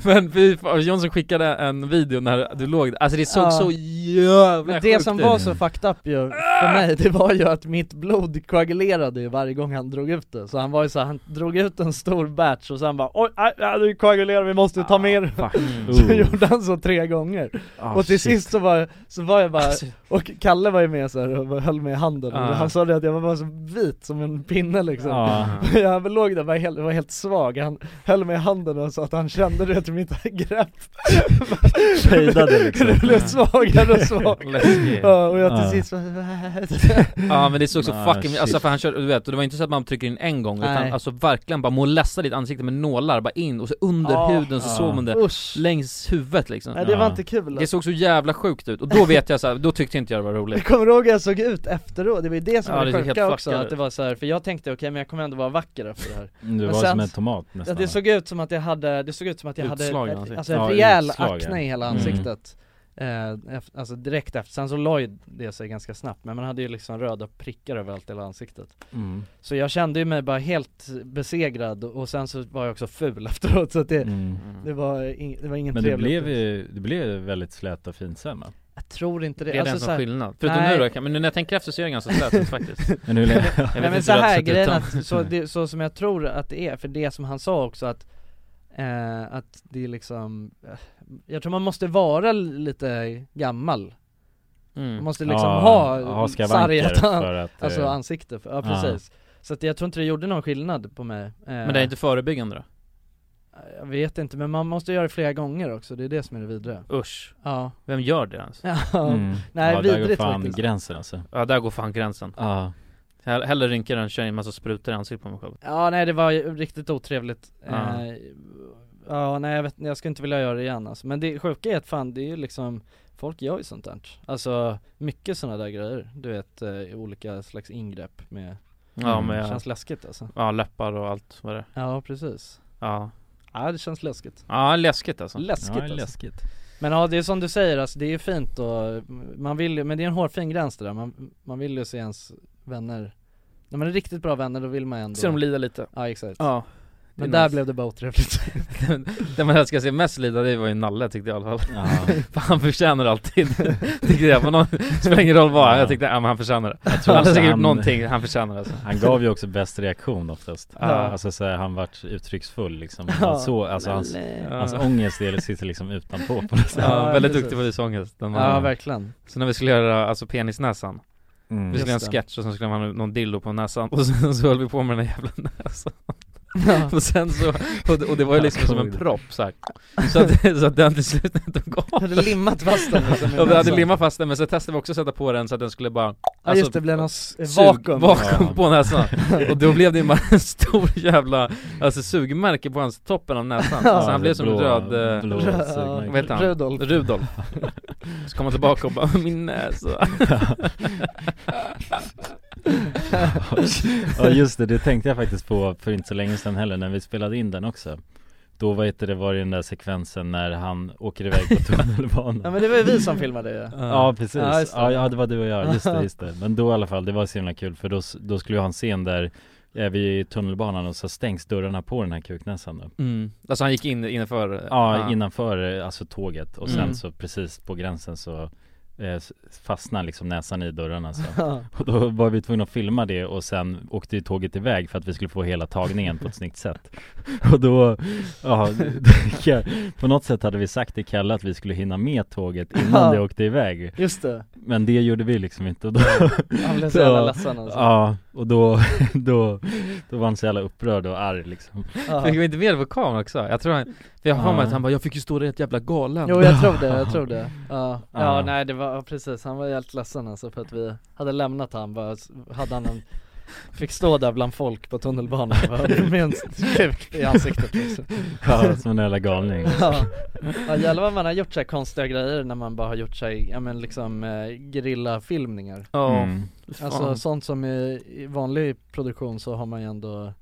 Speaker 5: Men fy fan, Jonsson skickade en video när du låg där. alltså det såg
Speaker 6: Ja.
Speaker 5: så
Speaker 3: Mm.
Speaker 5: jävla
Speaker 6: Men
Speaker 5: sjukt
Speaker 6: det som
Speaker 5: ut.
Speaker 6: var så fucked up ju för mig, det var ju att mitt blod koagulerade ju varje gång han drog ut det Så han var ju så här, han drog ut en stor batch och sen bara Oj, aj, aj, nu koagulerar vi måste ta mer
Speaker 5: Mm.
Speaker 6: Så
Speaker 3: Oh.
Speaker 6: gjorde han så tre gånger
Speaker 3: Ah,
Speaker 6: Och till
Speaker 3: shit.
Speaker 6: sist så var, så var jag bara,
Speaker 5: Alltså,
Speaker 6: och Kalle var ju med så här och höll mig i handen
Speaker 5: Ah.
Speaker 6: och Han sa det att jag var bara så vit som en pinne liksom
Speaker 3: ja.
Speaker 6: Jag låg där, var helt, var helt svag, han höll mig i handen och sa att han kände det till mitt grepp
Speaker 3: Fejdade liksom.
Speaker 6: Det blev
Speaker 5: Mm.
Speaker 6: svagare och svagare
Speaker 5: läskigt.
Speaker 6: Ja, och jag till
Speaker 3: Ja.
Speaker 6: sist var
Speaker 5: Ja men det såg så
Speaker 3: Ah,
Speaker 5: fucking,
Speaker 3: shit.
Speaker 5: alltså för han körde, du vet, och det var inte så att man trycker in en gång utan
Speaker 6: Nej.
Speaker 5: alltså verkligen bara molässa ditt ansikte med nålar bara in och så under
Speaker 6: Ah,
Speaker 5: huden så
Speaker 3: ah.
Speaker 5: såg man det
Speaker 6: Usch!
Speaker 5: längs huvudet liksom
Speaker 6: Nej det var
Speaker 3: Ja.
Speaker 6: inte kul
Speaker 5: Det
Speaker 6: alltså.
Speaker 5: såg så jävla sjukt ut och då vet jag så här, då tyckte inte jag det var
Speaker 6: Jag
Speaker 5: roligt
Speaker 6: kommer ihåg hur jag såg ut efteråt, det var ju det som
Speaker 5: Ja,
Speaker 6: var
Speaker 5: det
Speaker 6: det
Speaker 5: såg helt
Speaker 6: sjuka också,
Speaker 5: fuckad
Speaker 6: att det
Speaker 5: ut.
Speaker 6: var så här, för jag tänkte okej men jag kommer ändå vara vacker efter Mm, det här
Speaker 3: Du
Speaker 6: Men
Speaker 3: var
Speaker 6: sen-
Speaker 3: som en tomat
Speaker 6: ja,
Speaker 3: nästan
Speaker 6: det såg ut som att jag hade, det såg ut som att jag
Speaker 5: Utslag i
Speaker 6: hade, ett,
Speaker 5: ansiktet.
Speaker 6: alltså en
Speaker 3: Ja,
Speaker 6: rejäl
Speaker 3: utslag, ja.
Speaker 6: akne i hela
Speaker 3: Mm.
Speaker 6: ansiktet Eh, ef- alltså direkt efter, sen så la ju det sig ganska snabbt men man hade ju liksom röda prickar överallt i hela ansiktet
Speaker 3: Mm.
Speaker 6: Så jag kände ju mig bara helt besegrad och sen så var jag också ful efteråt så att
Speaker 3: Mm.
Speaker 6: det, det, var in, det var ingen
Speaker 3: Men det
Speaker 6: trevlig
Speaker 3: blev
Speaker 6: upplevelse.
Speaker 3: ju, det blev väldigt slät och fint sen va?
Speaker 6: Jag tror inte det,
Speaker 5: Blev det
Speaker 6: Alltså
Speaker 5: ens
Speaker 6: så
Speaker 5: någon
Speaker 6: här-
Speaker 5: skillnad? Förutom
Speaker 6: Nej.
Speaker 5: nu då, kan- men nu när jag tänker efter så är det ganska slät ut faktiskt
Speaker 3: Men hur länge-
Speaker 5: Jag vet
Speaker 6: Nej men
Speaker 5: inte
Speaker 6: så
Speaker 5: hur det hade
Speaker 6: här
Speaker 5: sett ut
Speaker 6: grejen
Speaker 5: om-
Speaker 6: att, så, det, så som jag tror att det är, för det som han sa också att eh, Att det är liksom eh, Jag tror man måste vara lite gammal
Speaker 5: Mm.
Speaker 6: Man måste liksom
Speaker 3: Ja,
Speaker 6: ha,
Speaker 3: ha skavanker
Speaker 6: sargat
Speaker 3: för att,
Speaker 6: alltså
Speaker 3: eh,
Speaker 6: ansikte, för, ja
Speaker 3: ja.
Speaker 6: precis Så att jag tror inte det gjorde någon skillnad på mig eh,
Speaker 5: Men det är inte förebyggande då?
Speaker 6: Jag vet inte, men man måste göra det flera gånger också, det är det som är det vidriga
Speaker 5: Usch.
Speaker 6: Ja
Speaker 5: Vem gör det ens?
Speaker 6: Ja, Mm. nej,
Speaker 3: Ja, där går
Speaker 6: vidrigt
Speaker 3: fan
Speaker 6: faktiskt.
Speaker 3: gränsen alltså.
Speaker 5: Ja där går fan gränsen
Speaker 3: Ja
Speaker 5: Hell- Hellre rynkar än kör in en massa sprutor i ansiktet på mig själv
Speaker 6: Ja nej det var ju riktigt otrevligt
Speaker 5: Ja.
Speaker 6: eh, Ja nej jag vet jag skulle inte vilja göra det igen alltså. Men det sjuka är att fan det är ju liksom Folk gör ju sånt där Alltså mycket sådana där grejer Du vet eh, olika slags ingrepp med Mm.
Speaker 5: Ja, men jag-
Speaker 6: Känns läskigt alltså
Speaker 5: Ja läppar och allt vad det är.
Speaker 6: Ja precis
Speaker 5: Ja
Speaker 6: Ja det känns läskigt
Speaker 5: Ja läskigt alltså
Speaker 6: Läskigt
Speaker 5: ja,
Speaker 6: alltså.
Speaker 5: läskigt.
Speaker 6: Men ja det är som du säger alltså det är ju fint och mm, Man vill ju, men det är en hårfin gräns det där Man, man vill ju se ens vänner När man är riktigt bra vänner då vill man ändå
Speaker 5: Se dem lida lite
Speaker 6: Ja exakt
Speaker 5: Ja
Speaker 6: Men
Speaker 5: Det är
Speaker 6: där
Speaker 5: nice.
Speaker 6: blev det bara otrevligt
Speaker 5: Det man ska se mest lida det var ju Nalle tyckte jag i alla fall För han förtjänar alltid Tyckte jag, men någon, spelar ingen roll vad, jag tyckte ja, men han förtjänar det
Speaker 3: Jag
Speaker 5: Han
Speaker 3: tror
Speaker 5: har
Speaker 3: också
Speaker 5: säkert gjort
Speaker 3: han-
Speaker 5: någonting, han förtjänar det alltså.
Speaker 3: Han gav ju också bäst reaktion oftast
Speaker 5: Ja.
Speaker 3: Alltså så här, han vart uttrycksfull liksom
Speaker 5: Ja.
Speaker 3: han så, alltså hans,
Speaker 5: Lalle.
Speaker 3: hans
Speaker 5: Ja.
Speaker 3: ångest del sitter liksom utanpå på något sätt.
Speaker 5: Ja, väldigt duktig på lysångest den
Speaker 6: Ja,
Speaker 5: mannen.
Speaker 6: verkligen.
Speaker 5: Så när vi skulle göra alltså penisnäsan
Speaker 3: Mm.
Speaker 5: Vi skulle göra
Speaker 6: Just
Speaker 5: en
Speaker 6: det.
Speaker 5: sketch och sen skulle man ha någon dildo på näsan och sen så höll vi på med den här jävla näsan
Speaker 6: Ja.
Speaker 5: Och sen så, och det, och det var ju
Speaker 6: Jag
Speaker 5: liksom som en
Speaker 6: kommer
Speaker 5: propp så här. Så att, så att den till slut inte kom av
Speaker 6: hade limmat fast den liksom i
Speaker 5: Ja vi hade
Speaker 6: näsan.
Speaker 5: limmat fast den men så testade vi också att sätta på den så att den skulle bara
Speaker 6: Ja just det, blev någon s-
Speaker 5: sug-
Speaker 6: vakuum
Speaker 5: vakuum på näsan Och då blev det bara en stor jävla, alltså sugmärke på hans toppen av näsan
Speaker 6: Ja.
Speaker 5: Så Alltså, han blev som en
Speaker 3: Blå-
Speaker 5: röd, eh,
Speaker 3: blå
Speaker 5: röd-
Speaker 3: sugmärke.
Speaker 5: vad heter han?
Speaker 6: Rudolf.
Speaker 5: Rudolf Så kom han tillbaka och bara, min näsa
Speaker 3: Ja just det, det tänkte jag faktiskt på för inte så länge sedan heller när vi spelade in den också Då var det, det var det den där sekvensen när han åker iväg på tunnelbanan
Speaker 6: Ja men det var ju vi som filmade ju
Speaker 3: Ja precis,
Speaker 6: Ja,
Speaker 3: ja,
Speaker 6: just det.
Speaker 3: ja, det var du och jag, just det, just det Men då i alla fall, det var så himla kul för då, s- då skulle vi ha en scen där eh, vi är i tunnelbanan och så stängs dörrarna på den här kuknäsan då
Speaker 5: mm. Alltså han gick in innanför
Speaker 3: Ja,
Speaker 5: ah.
Speaker 3: innanför eh, alltså tåget och sen
Speaker 5: Mm.
Speaker 3: så precis på gränsen så eh, s- fastnar liksom näsan i dörrarna så.
Speaker 6: Ja.
Speaker 3: Och då var vi tvungna att filma det och sen åkte ju tåget iväg för att vi skulle få hela tagningen på ett snyggt sätt Och då, ja, det- på något sätt hade vi sagt till Kalle att vi skulle hinna med tåget innan
Speaker 6: Ja.
Speaker 3: det åkte iväg
Speaker 6: Just det.
Speaker 3: Men det gjorde vi liksom inte och då
Speaker 6: Han blev så jävla ledsen alltså.
Speaker 3: Ja, och då, då, då var han så jävla upprörd och arg liksom
Speaker 5: Fick vi inte med det på kameran också? Jag tror han, för jag har för mig att han bara 'Jag fick ju stå där helt jävla galen'
Speaker 6: Jo jag tror det, jag tror det Ja, ja,
Speaker 5: Ja.
Speaker 6: nej det var, ja, precis, han var helt ledsen alltså för att vi hade lämnat han bara, s- hade han en Fick stå där bland folk på tunnelbanan bara, med en kuk i ansiktet liksom.
Speaker 3: Ja, som en jävla galning
Speaker 6: Ja, ja jävlar vad man har gjort så här konstiga grejer när man bara har gjort sig, ja men liksom eh, gerillafilmningar
Speaker 5: Ja, Mm.
Speaker 6: Alltså
Speaker 5: fan.
Speaker 6: sånt som i, i vanlig produktion så har man ju ändå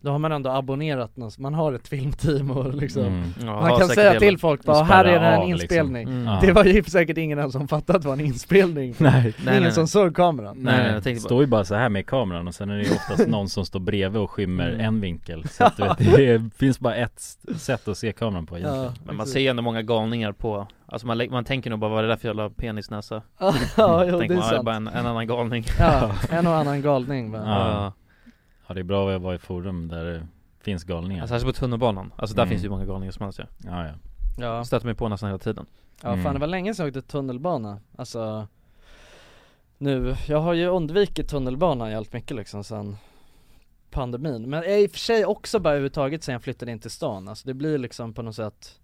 Speaker 6: då har man ändå abonnerat någon, man har ett filmteam och liksom
Speaker 5: Mm. Ja,
Speaker 6: Man
Speaker 5: har
Speaker 6: kan
Speaker 5: säkert
Speaker 6: säga
Speaker 5: hela-
Speaker 6: till folk bara
Speaker 5: spärra
Speaker 6: 'här är det här en
Speaker 5: av, liksom.
Speaker 6: inspelning'
Speaker 5: Mm. Ja.
Speaker 6: Det var ju säkert ingen ens som fattade att det var en inspelning
Speaker 3: Nej. Nej,
Speaker 6: Ingen
Speaker 3: nej, nej.
Speaker 6: som såg kameran
Speaker 3: det står ju bara så här med kameran och sen är det ju oftast någon som står bredvid och skymmer
Speaker 5: Mm.
Speaker 3: en vinkel Så att, du vet, det är, finns bara ett sätt att se kameran på egentligen
Speaker 5: Men man ser ju ändå många galningar på, alltså man, lä- man tänker nog bara vad är det där för jävla penisnäsa?
Speaker 6: Ja, ja, jo,
Speaker 5: Tänker
Speaker 6: det är
Speaker 5: man, "Ah,
Speaker 6: sant.
Speaker 5: bara en, en annan galning
Speaker 6: Ja, en och annan galning va?
Speaker 3: Ja. ja, det är bra att vara i forum där det finns galningar
Speaker 5: Alltså, Särskilt på tunnelbanan, alltså där finns ju många galningar som helst ju
Speaker 3: Ja ja
Speaker 6: Mm. Ja.
Speaker 5: Stöter mig på nästan hela tiden
Speaker 6: Ja
Speaker 5: Mm.
Speaker 6: fan det var länge sedan jag åkte tunnelbana, alltså Nu, jag har ju undvikit tunnelbanan jävligt mycket liksom sen pandemin Men jag i och för sig också bara överhuvudtaget sen jag flyttade in till stan, alltså det blir liksom på något sätt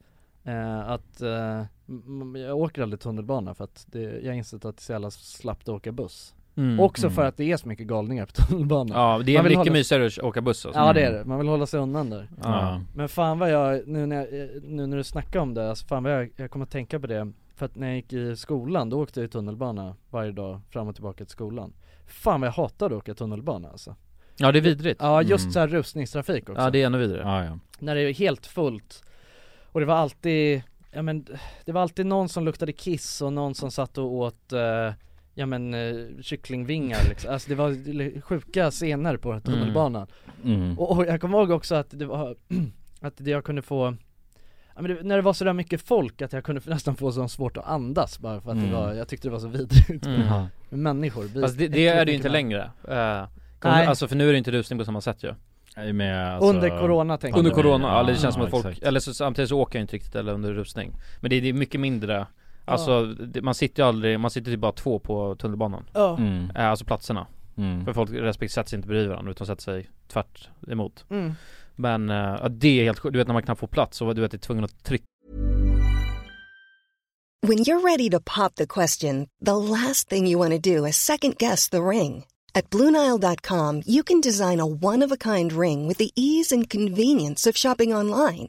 Speaker 6: eh, att eh, m- jag åker aldrig tunnelbana för att det, jag har insett att det är så jävla slappt att åka buss
Speaker 5: Mm.
Speaker 6: Också för
Speaker 5: Mm.
Speaker 6: att det är så mycket galningar på tunnelbanan
Speaker 5: Ja, det är
Speaker 6: Man vill
Speaker 5: mycket
Speaker 6: hålla-
Speaker 5: mysigare att åka buss alltså.
Speaker 6: Ja det är
Speaker 5: Mm.
Speaker 6: det, man vill hålla sig undan där
Speaker 5: Ja.
Speaker 6: Men fan vad jag, nu när, jag, eh, nu när du snackar om det, alltså fan vad jag, jag kommer att tänka på det För att när jag gick i skolan, då åkte jag i tunnelbana varje dag fram och tillbaka till skolan Fan vad jag hatade att åka tunnelbana alltså
Speaker 5: Ja det är vidrigt
Speaker 6: Ja just så här rusningstrafik också
Speaker 5: Ja det är ännu vidare
Speaker 3: ja, ja.
Speaker 6: När det är helt fullt Och det var alltid ja men det var alltid någon som luktade kiss och någon som satt och åt eh, Ja men eh, kycklingvingar liksom. alltså det var sjuka scener på tunnelbanan
Speaker 11: Mm. Mm.
Speaker 6: och, och jag kommer ihåg också att det var, att det jag kunde få Ja, men det, när det var sådär mycket folk att jag kunde nästan få så svårt att andas bara för att
Speaker 5: Mm.
Speaker 6: det var, jag tyckte det var så vidrigt
Speaker 5: Mm. Jaha.
Speaker 6: med människor blir
Speaker 5: Fast det, det
Speaker 6: äckligt
Speaker 5: är det ju
Speaker 6: mycket
Speaker 5: inte
Speaker 6: män-
Speaker 5: längre. Eh,
Speaker 6: Nej.
Speaker 5: alltså för nu är det inte rusning på samma sätt ju.
Speaker 11: Nej, men alltså-
Speaker 6: Under corona, tänker
Speaker 5: Under
Speaker 6: jag.
Speaker 5: corona, ja, det
Speaker 6: Ja,
Speaker 5: känns som att folk,
Speaker 6: exakt.
Speaker 5: eller så, samtidigt så åker jag inte riktigt eller under rusning. Men det, det är mycket mindre, alltså det, man sitter ju aldrig, man sitter typ bara två på tunnelbanan.
Speaker 6: Ja.
Speaker 11: Mm.
Speaker 5: Eh, alltså platserna.
Speaker 11: Mm.
Speaker 5: För folk respekt sätter sig inte bredvid varandra utan sätter sig tvärt emot.
Speaker 6: Mm.
Speaker 5: Men eh, ja, det är helt sjukt, du vet när man knappt får plats och du vet det är tvungen att trycka
Speaker 12: When you're ready to pop the question, the last thing you want to do is second guess the ring. At Bluenile.com, you can design a one of a kind ring with the ease and convenience of shopping online.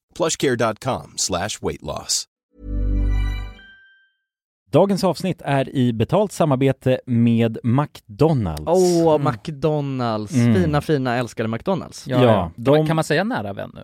Speaker 2: plushcare.com slash weight loss.
Speaker 3: Dagens avsnitt är i betalt samarbete med McDonalds.
Speaker 6: Åh, McDonalds,
Speaker 3: Mm.
Speaker 6: fina fina älskade McDonalds
Speaker 3: Ja, Ja, ja. de- Kan
Speaker 5: man säga nära vän nu?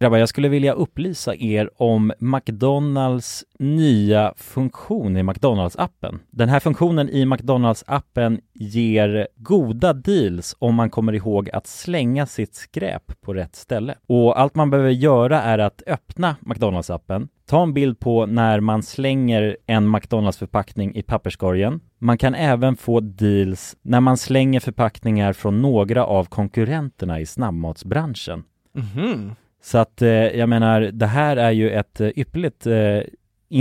Speaker 3: Grabbar, jag skulle vilja upplysa er om McDonalds nya funktion i McDonalds-appen. Den här funktionen i McDonalds-appen ger goda deals om man kommer ihåg att slänga sitt skräp på rätt ställe. Och allt man behöver göra är att öppna McDonalds-appen, ta en bild på när man slänger en McDonalds-förpackning i papperskorgen. Man kan även få deals när man slänger förpackningar från några av konkurrenterna i snabbmatsbranschen.
Speaker 6: Mhm.
Speaker 3: Så att eh, jag menar, det här är ju ett eh, ypperligt eh,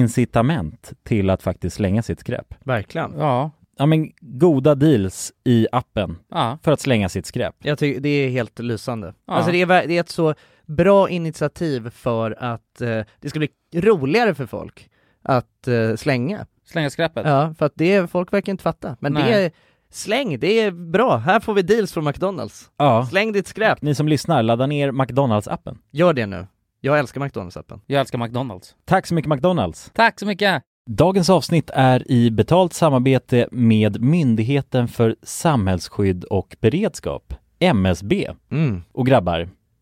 Speaker 3: incitament till att faktiskt slänga sitt skräp.
Speaker 6: Verkligen
Speaker 5: Ja
Speaker 3: Ja men goda deals i appen
Speaker 5: Ja.
Speaker 3: för att slänga sitt skräp.
Speaker 6: Jag tycker det är helt lysande
Speaker 3: Ja.
Speaker 6: Alltså det är, ver- det är ett så bra initiativ för att eh, det ska bli roligare för folk att eh, slänga
Speaker 5: Slänga skräpet?
Speaker 6: Ja, för att det, folk verkar inte fatta, men det
Speaker 5: Nej.
Speaker 6: är, släng, det är bra, här får vi deals från McDonalds
Speaker 3: Ja.
Speaker 6: Släng ditt skräp!
Speaker 3: Ni som lyssnar, ladda ner McDonalds-appen.
Speaker 6: Gör det nu, jag älskar McDonalds-appen
Speaker 5: Jag älskar McDonalds
Speaker 3: Tack så mycket McDonalds!
Speaker 5: Tack så mycket!
Speaker 3: Dagens avsnitt är i betalt samarbete med Myndigheten för samhällsskydd och beredskap, MSB.
Speaker 6: Mm.
Speaker 3: Och grabbar,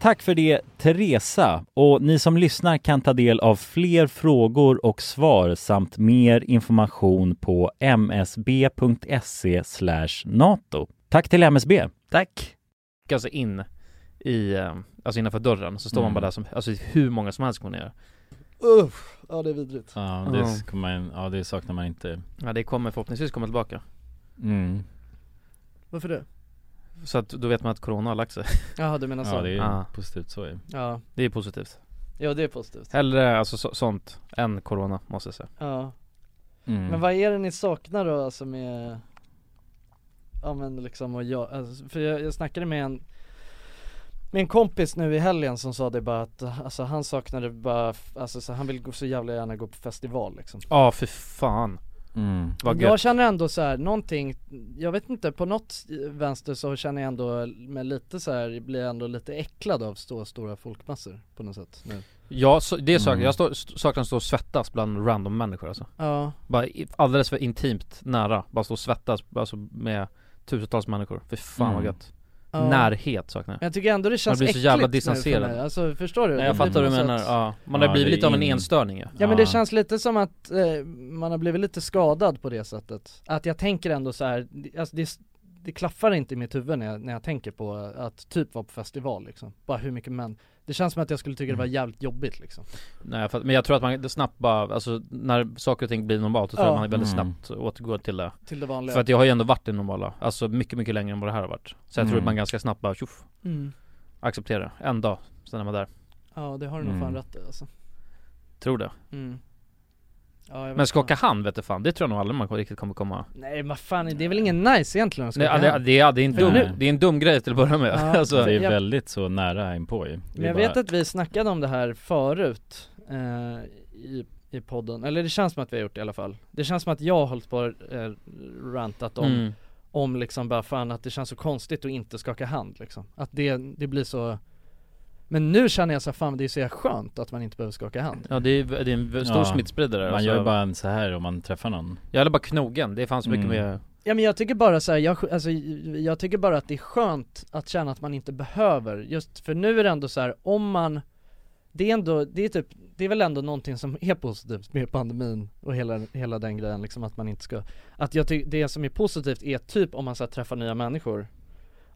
Speaker 13: Tack för det, Teresa. Och ni som lyssnar kan ta del av fler frågor och svar samt mer information på msb.se E nato. Tack till MSB.
Speaker 14: Tack.
Speaker 5: Alltså in i, eh, alltså innanför dörren så står
Speaker 3: Mm.
Speaker 5: man bara där som, alltså hur många som helst kommer ner.
Speaker 6: Uff, ja det är vidrigt.
Speaker 3: Ja, det,
Speaker 5: Ja.
Speaker 3: kommer man, ja, det saknar man inte
Speaker 5: Ja det kommer förhoppningsvis komma tillbaka.
Speaker 3: mm.
Speaker 6: Varför det?
Speaker 5: Så att då vet man att corona har lagt sig.
Speaker 6: Jaha, du menar så.
Speaker 3: Ja det är ju
Speaker 5: Ja.
Speaker 3: positivt så ju
Speaker 6: Ja.
Speaker 5: Det är positivt.
Speaker 6: Ja, det är positivt.
Speaker 5: Hellre alltså så, sånt än corona måste jag säga.
Speaker 6: Ja.
Speaker 5: Mm.
Speaker 6: Men vad är det ni saknar då alltså med Ja men liksom och jag, alltså, för jag, jag snackade med en Med en kompis nu i helgen som sa det bara att alltså han saknade bara, f- alltså så han vill gå, så jävla gärna gå på festival liksom
Speaker 5: Ja för fan.
Speaker 3: Mm.
Speaker 5: Vad
Speaker 6: jag
Speaker 5: gött.
Speaker 6: känner ändå så här någonting, jag vet inte, på något vänster så känner jag ändå med lite så här, blir jag ändå lite äcklad av så stora folkmassor på något sätt nu
Speaker 5: Ja så, det saknar
Speaker 6: Mm.
Speaker 5: jag, står- st- saknar att stå och svettas bland random människor alltså.
Speaker 6: Ja.
Speaker 5: Bara i- alldeles för intimt nära, bara stå och svettas alltså med tusentals människor. För fan vad
Speaker 6: Mm.
Speaker 5: gött.
Speaker 6: Ja.
Speaker 5: Närhet saknar jag.
Speaker 6: Men jag tycker ändå det känns
Speaker 5: Man blir så jävla
Speaker 6: äckligt nu för
Speaker 5: distanserad.
Speaker 6: mig. Alltså, förstår du?
Speaker 5: Nej,
Speaker 6: Det
Speaker 5: jag fattar
Speaker 6: blir
Speaker 5: vad du
Speaker 6: på
Speaker 5: menar.
Speaker 6: något sätt-
Speaker 5: Ja. Man
Speaker 3: Ja,
Speaker 5: har blivit
Speaker 3: det
Speaker 5: lite
Speaker 3: är
Speaker 5: av en
Speaker 3: in-
Speaker 5: enstöring ju.
Speaker 6: Ja men det känns lite som att eh, man har blivit lite skadad på det sättet. Att jag tänker ändå så här, det- alltså det, det klaffar inte i mitt huvud när jag, när jag tänker på att typ vara på festival liksom. Bara hur mycket män. Det känns som att jag skulle tycka det
Speaker 5: Mm.
Speaker 6: var jävligt jobbigt liksom.
Speaker 5: Nej, jag fattar. men jag tror att man snabbt bara, alltså när saker och ting blir normalt så tror jag
Speaker 6: Ja.
Speaker 5: man väldigt
Speaker 6: Mm.
Speaker 5: snabbt återgår till det
Speaker 6: Till det vanliga.
Speaker 5: För att jag har ju ändå varit i det normala, alltså mycket mycket längre än vad det här har varit Så jag tror
Speaker 6: Mm.
Speaker 5: att man ganska snabbt bara tjoff
Speaker 6: Mm.
Speaker 5: Accepterar det. en dag, sen är man där
Speaker 6: Ja det har du nog
Speaker 5: Mm.
Speaker 6: fan rätt i alltså.
Speaker 5: Tror det
Speaker 6: Mm. Ja, jag vet
Speaker 5: Men
Speaker 6: inte.
Speaker 5: skaka hand vet du fan, det tror jag nog aldrig man riktigt kommer komma
Speaker 6: Nej men fan det är väl ingen nice egentligen att
Speaker 5: Nej,
Speaker 6: skaka
Speaker 5: det,
Speaker 6: hand?
Speaker 5: det, är- det, är en
Speaker 6: Eller
Speaker 5: dum,
Speaker 6: hur?
Speaker 5: det är en dum grej till att börja med
Speaker 6: Ja.
Speaker 5: alltså,
Speaker 6: Det är Jag-
Speaker 3: Väldigt så nära inpå ju Det
Speaker 6: Men
Speaker 3: är
Speaker 6: jag
Speaker 3: bara-
Speaker 6: vet att vi snackade om det här förut eh, i, i podden, eller det känns som att vi har gjort det i alla fall Det känns som att jag har hållit på och eh, rantat om,
Speaker 5: Mm.
Speaker 6: om liksom bara fan att det känns så konstigt att inte skaka hand liksom Att det, det blir så Men nu känner jag så här, fan det är så jävla skönt att man inte behöver skaka hand
Speaker 5: Ja det är, det är en stor
Speaker 3: Ja.
Speaker 5: smittspridare alltså.
Speaker 3: Man gör ju bara en så här om man träffar någon
Speaker 5: Jag gillar bara knogen, det fanns mycket
Speaker 3: Mm.
Speaker 5: mer
Speaker 6: Ja men jag tycker bara så här, jag, alltså, jag tycker bara att det är skönt att känna att man inte behöver, just för nu är det ändå så här, om man Det är ändå, det är typ, det är väl ändå någonting som är positivt med pandemin och hela, hela den grejen liksom att man inte ska Att jag tycker, det som är positivt är typ om man så här, träffar nya människor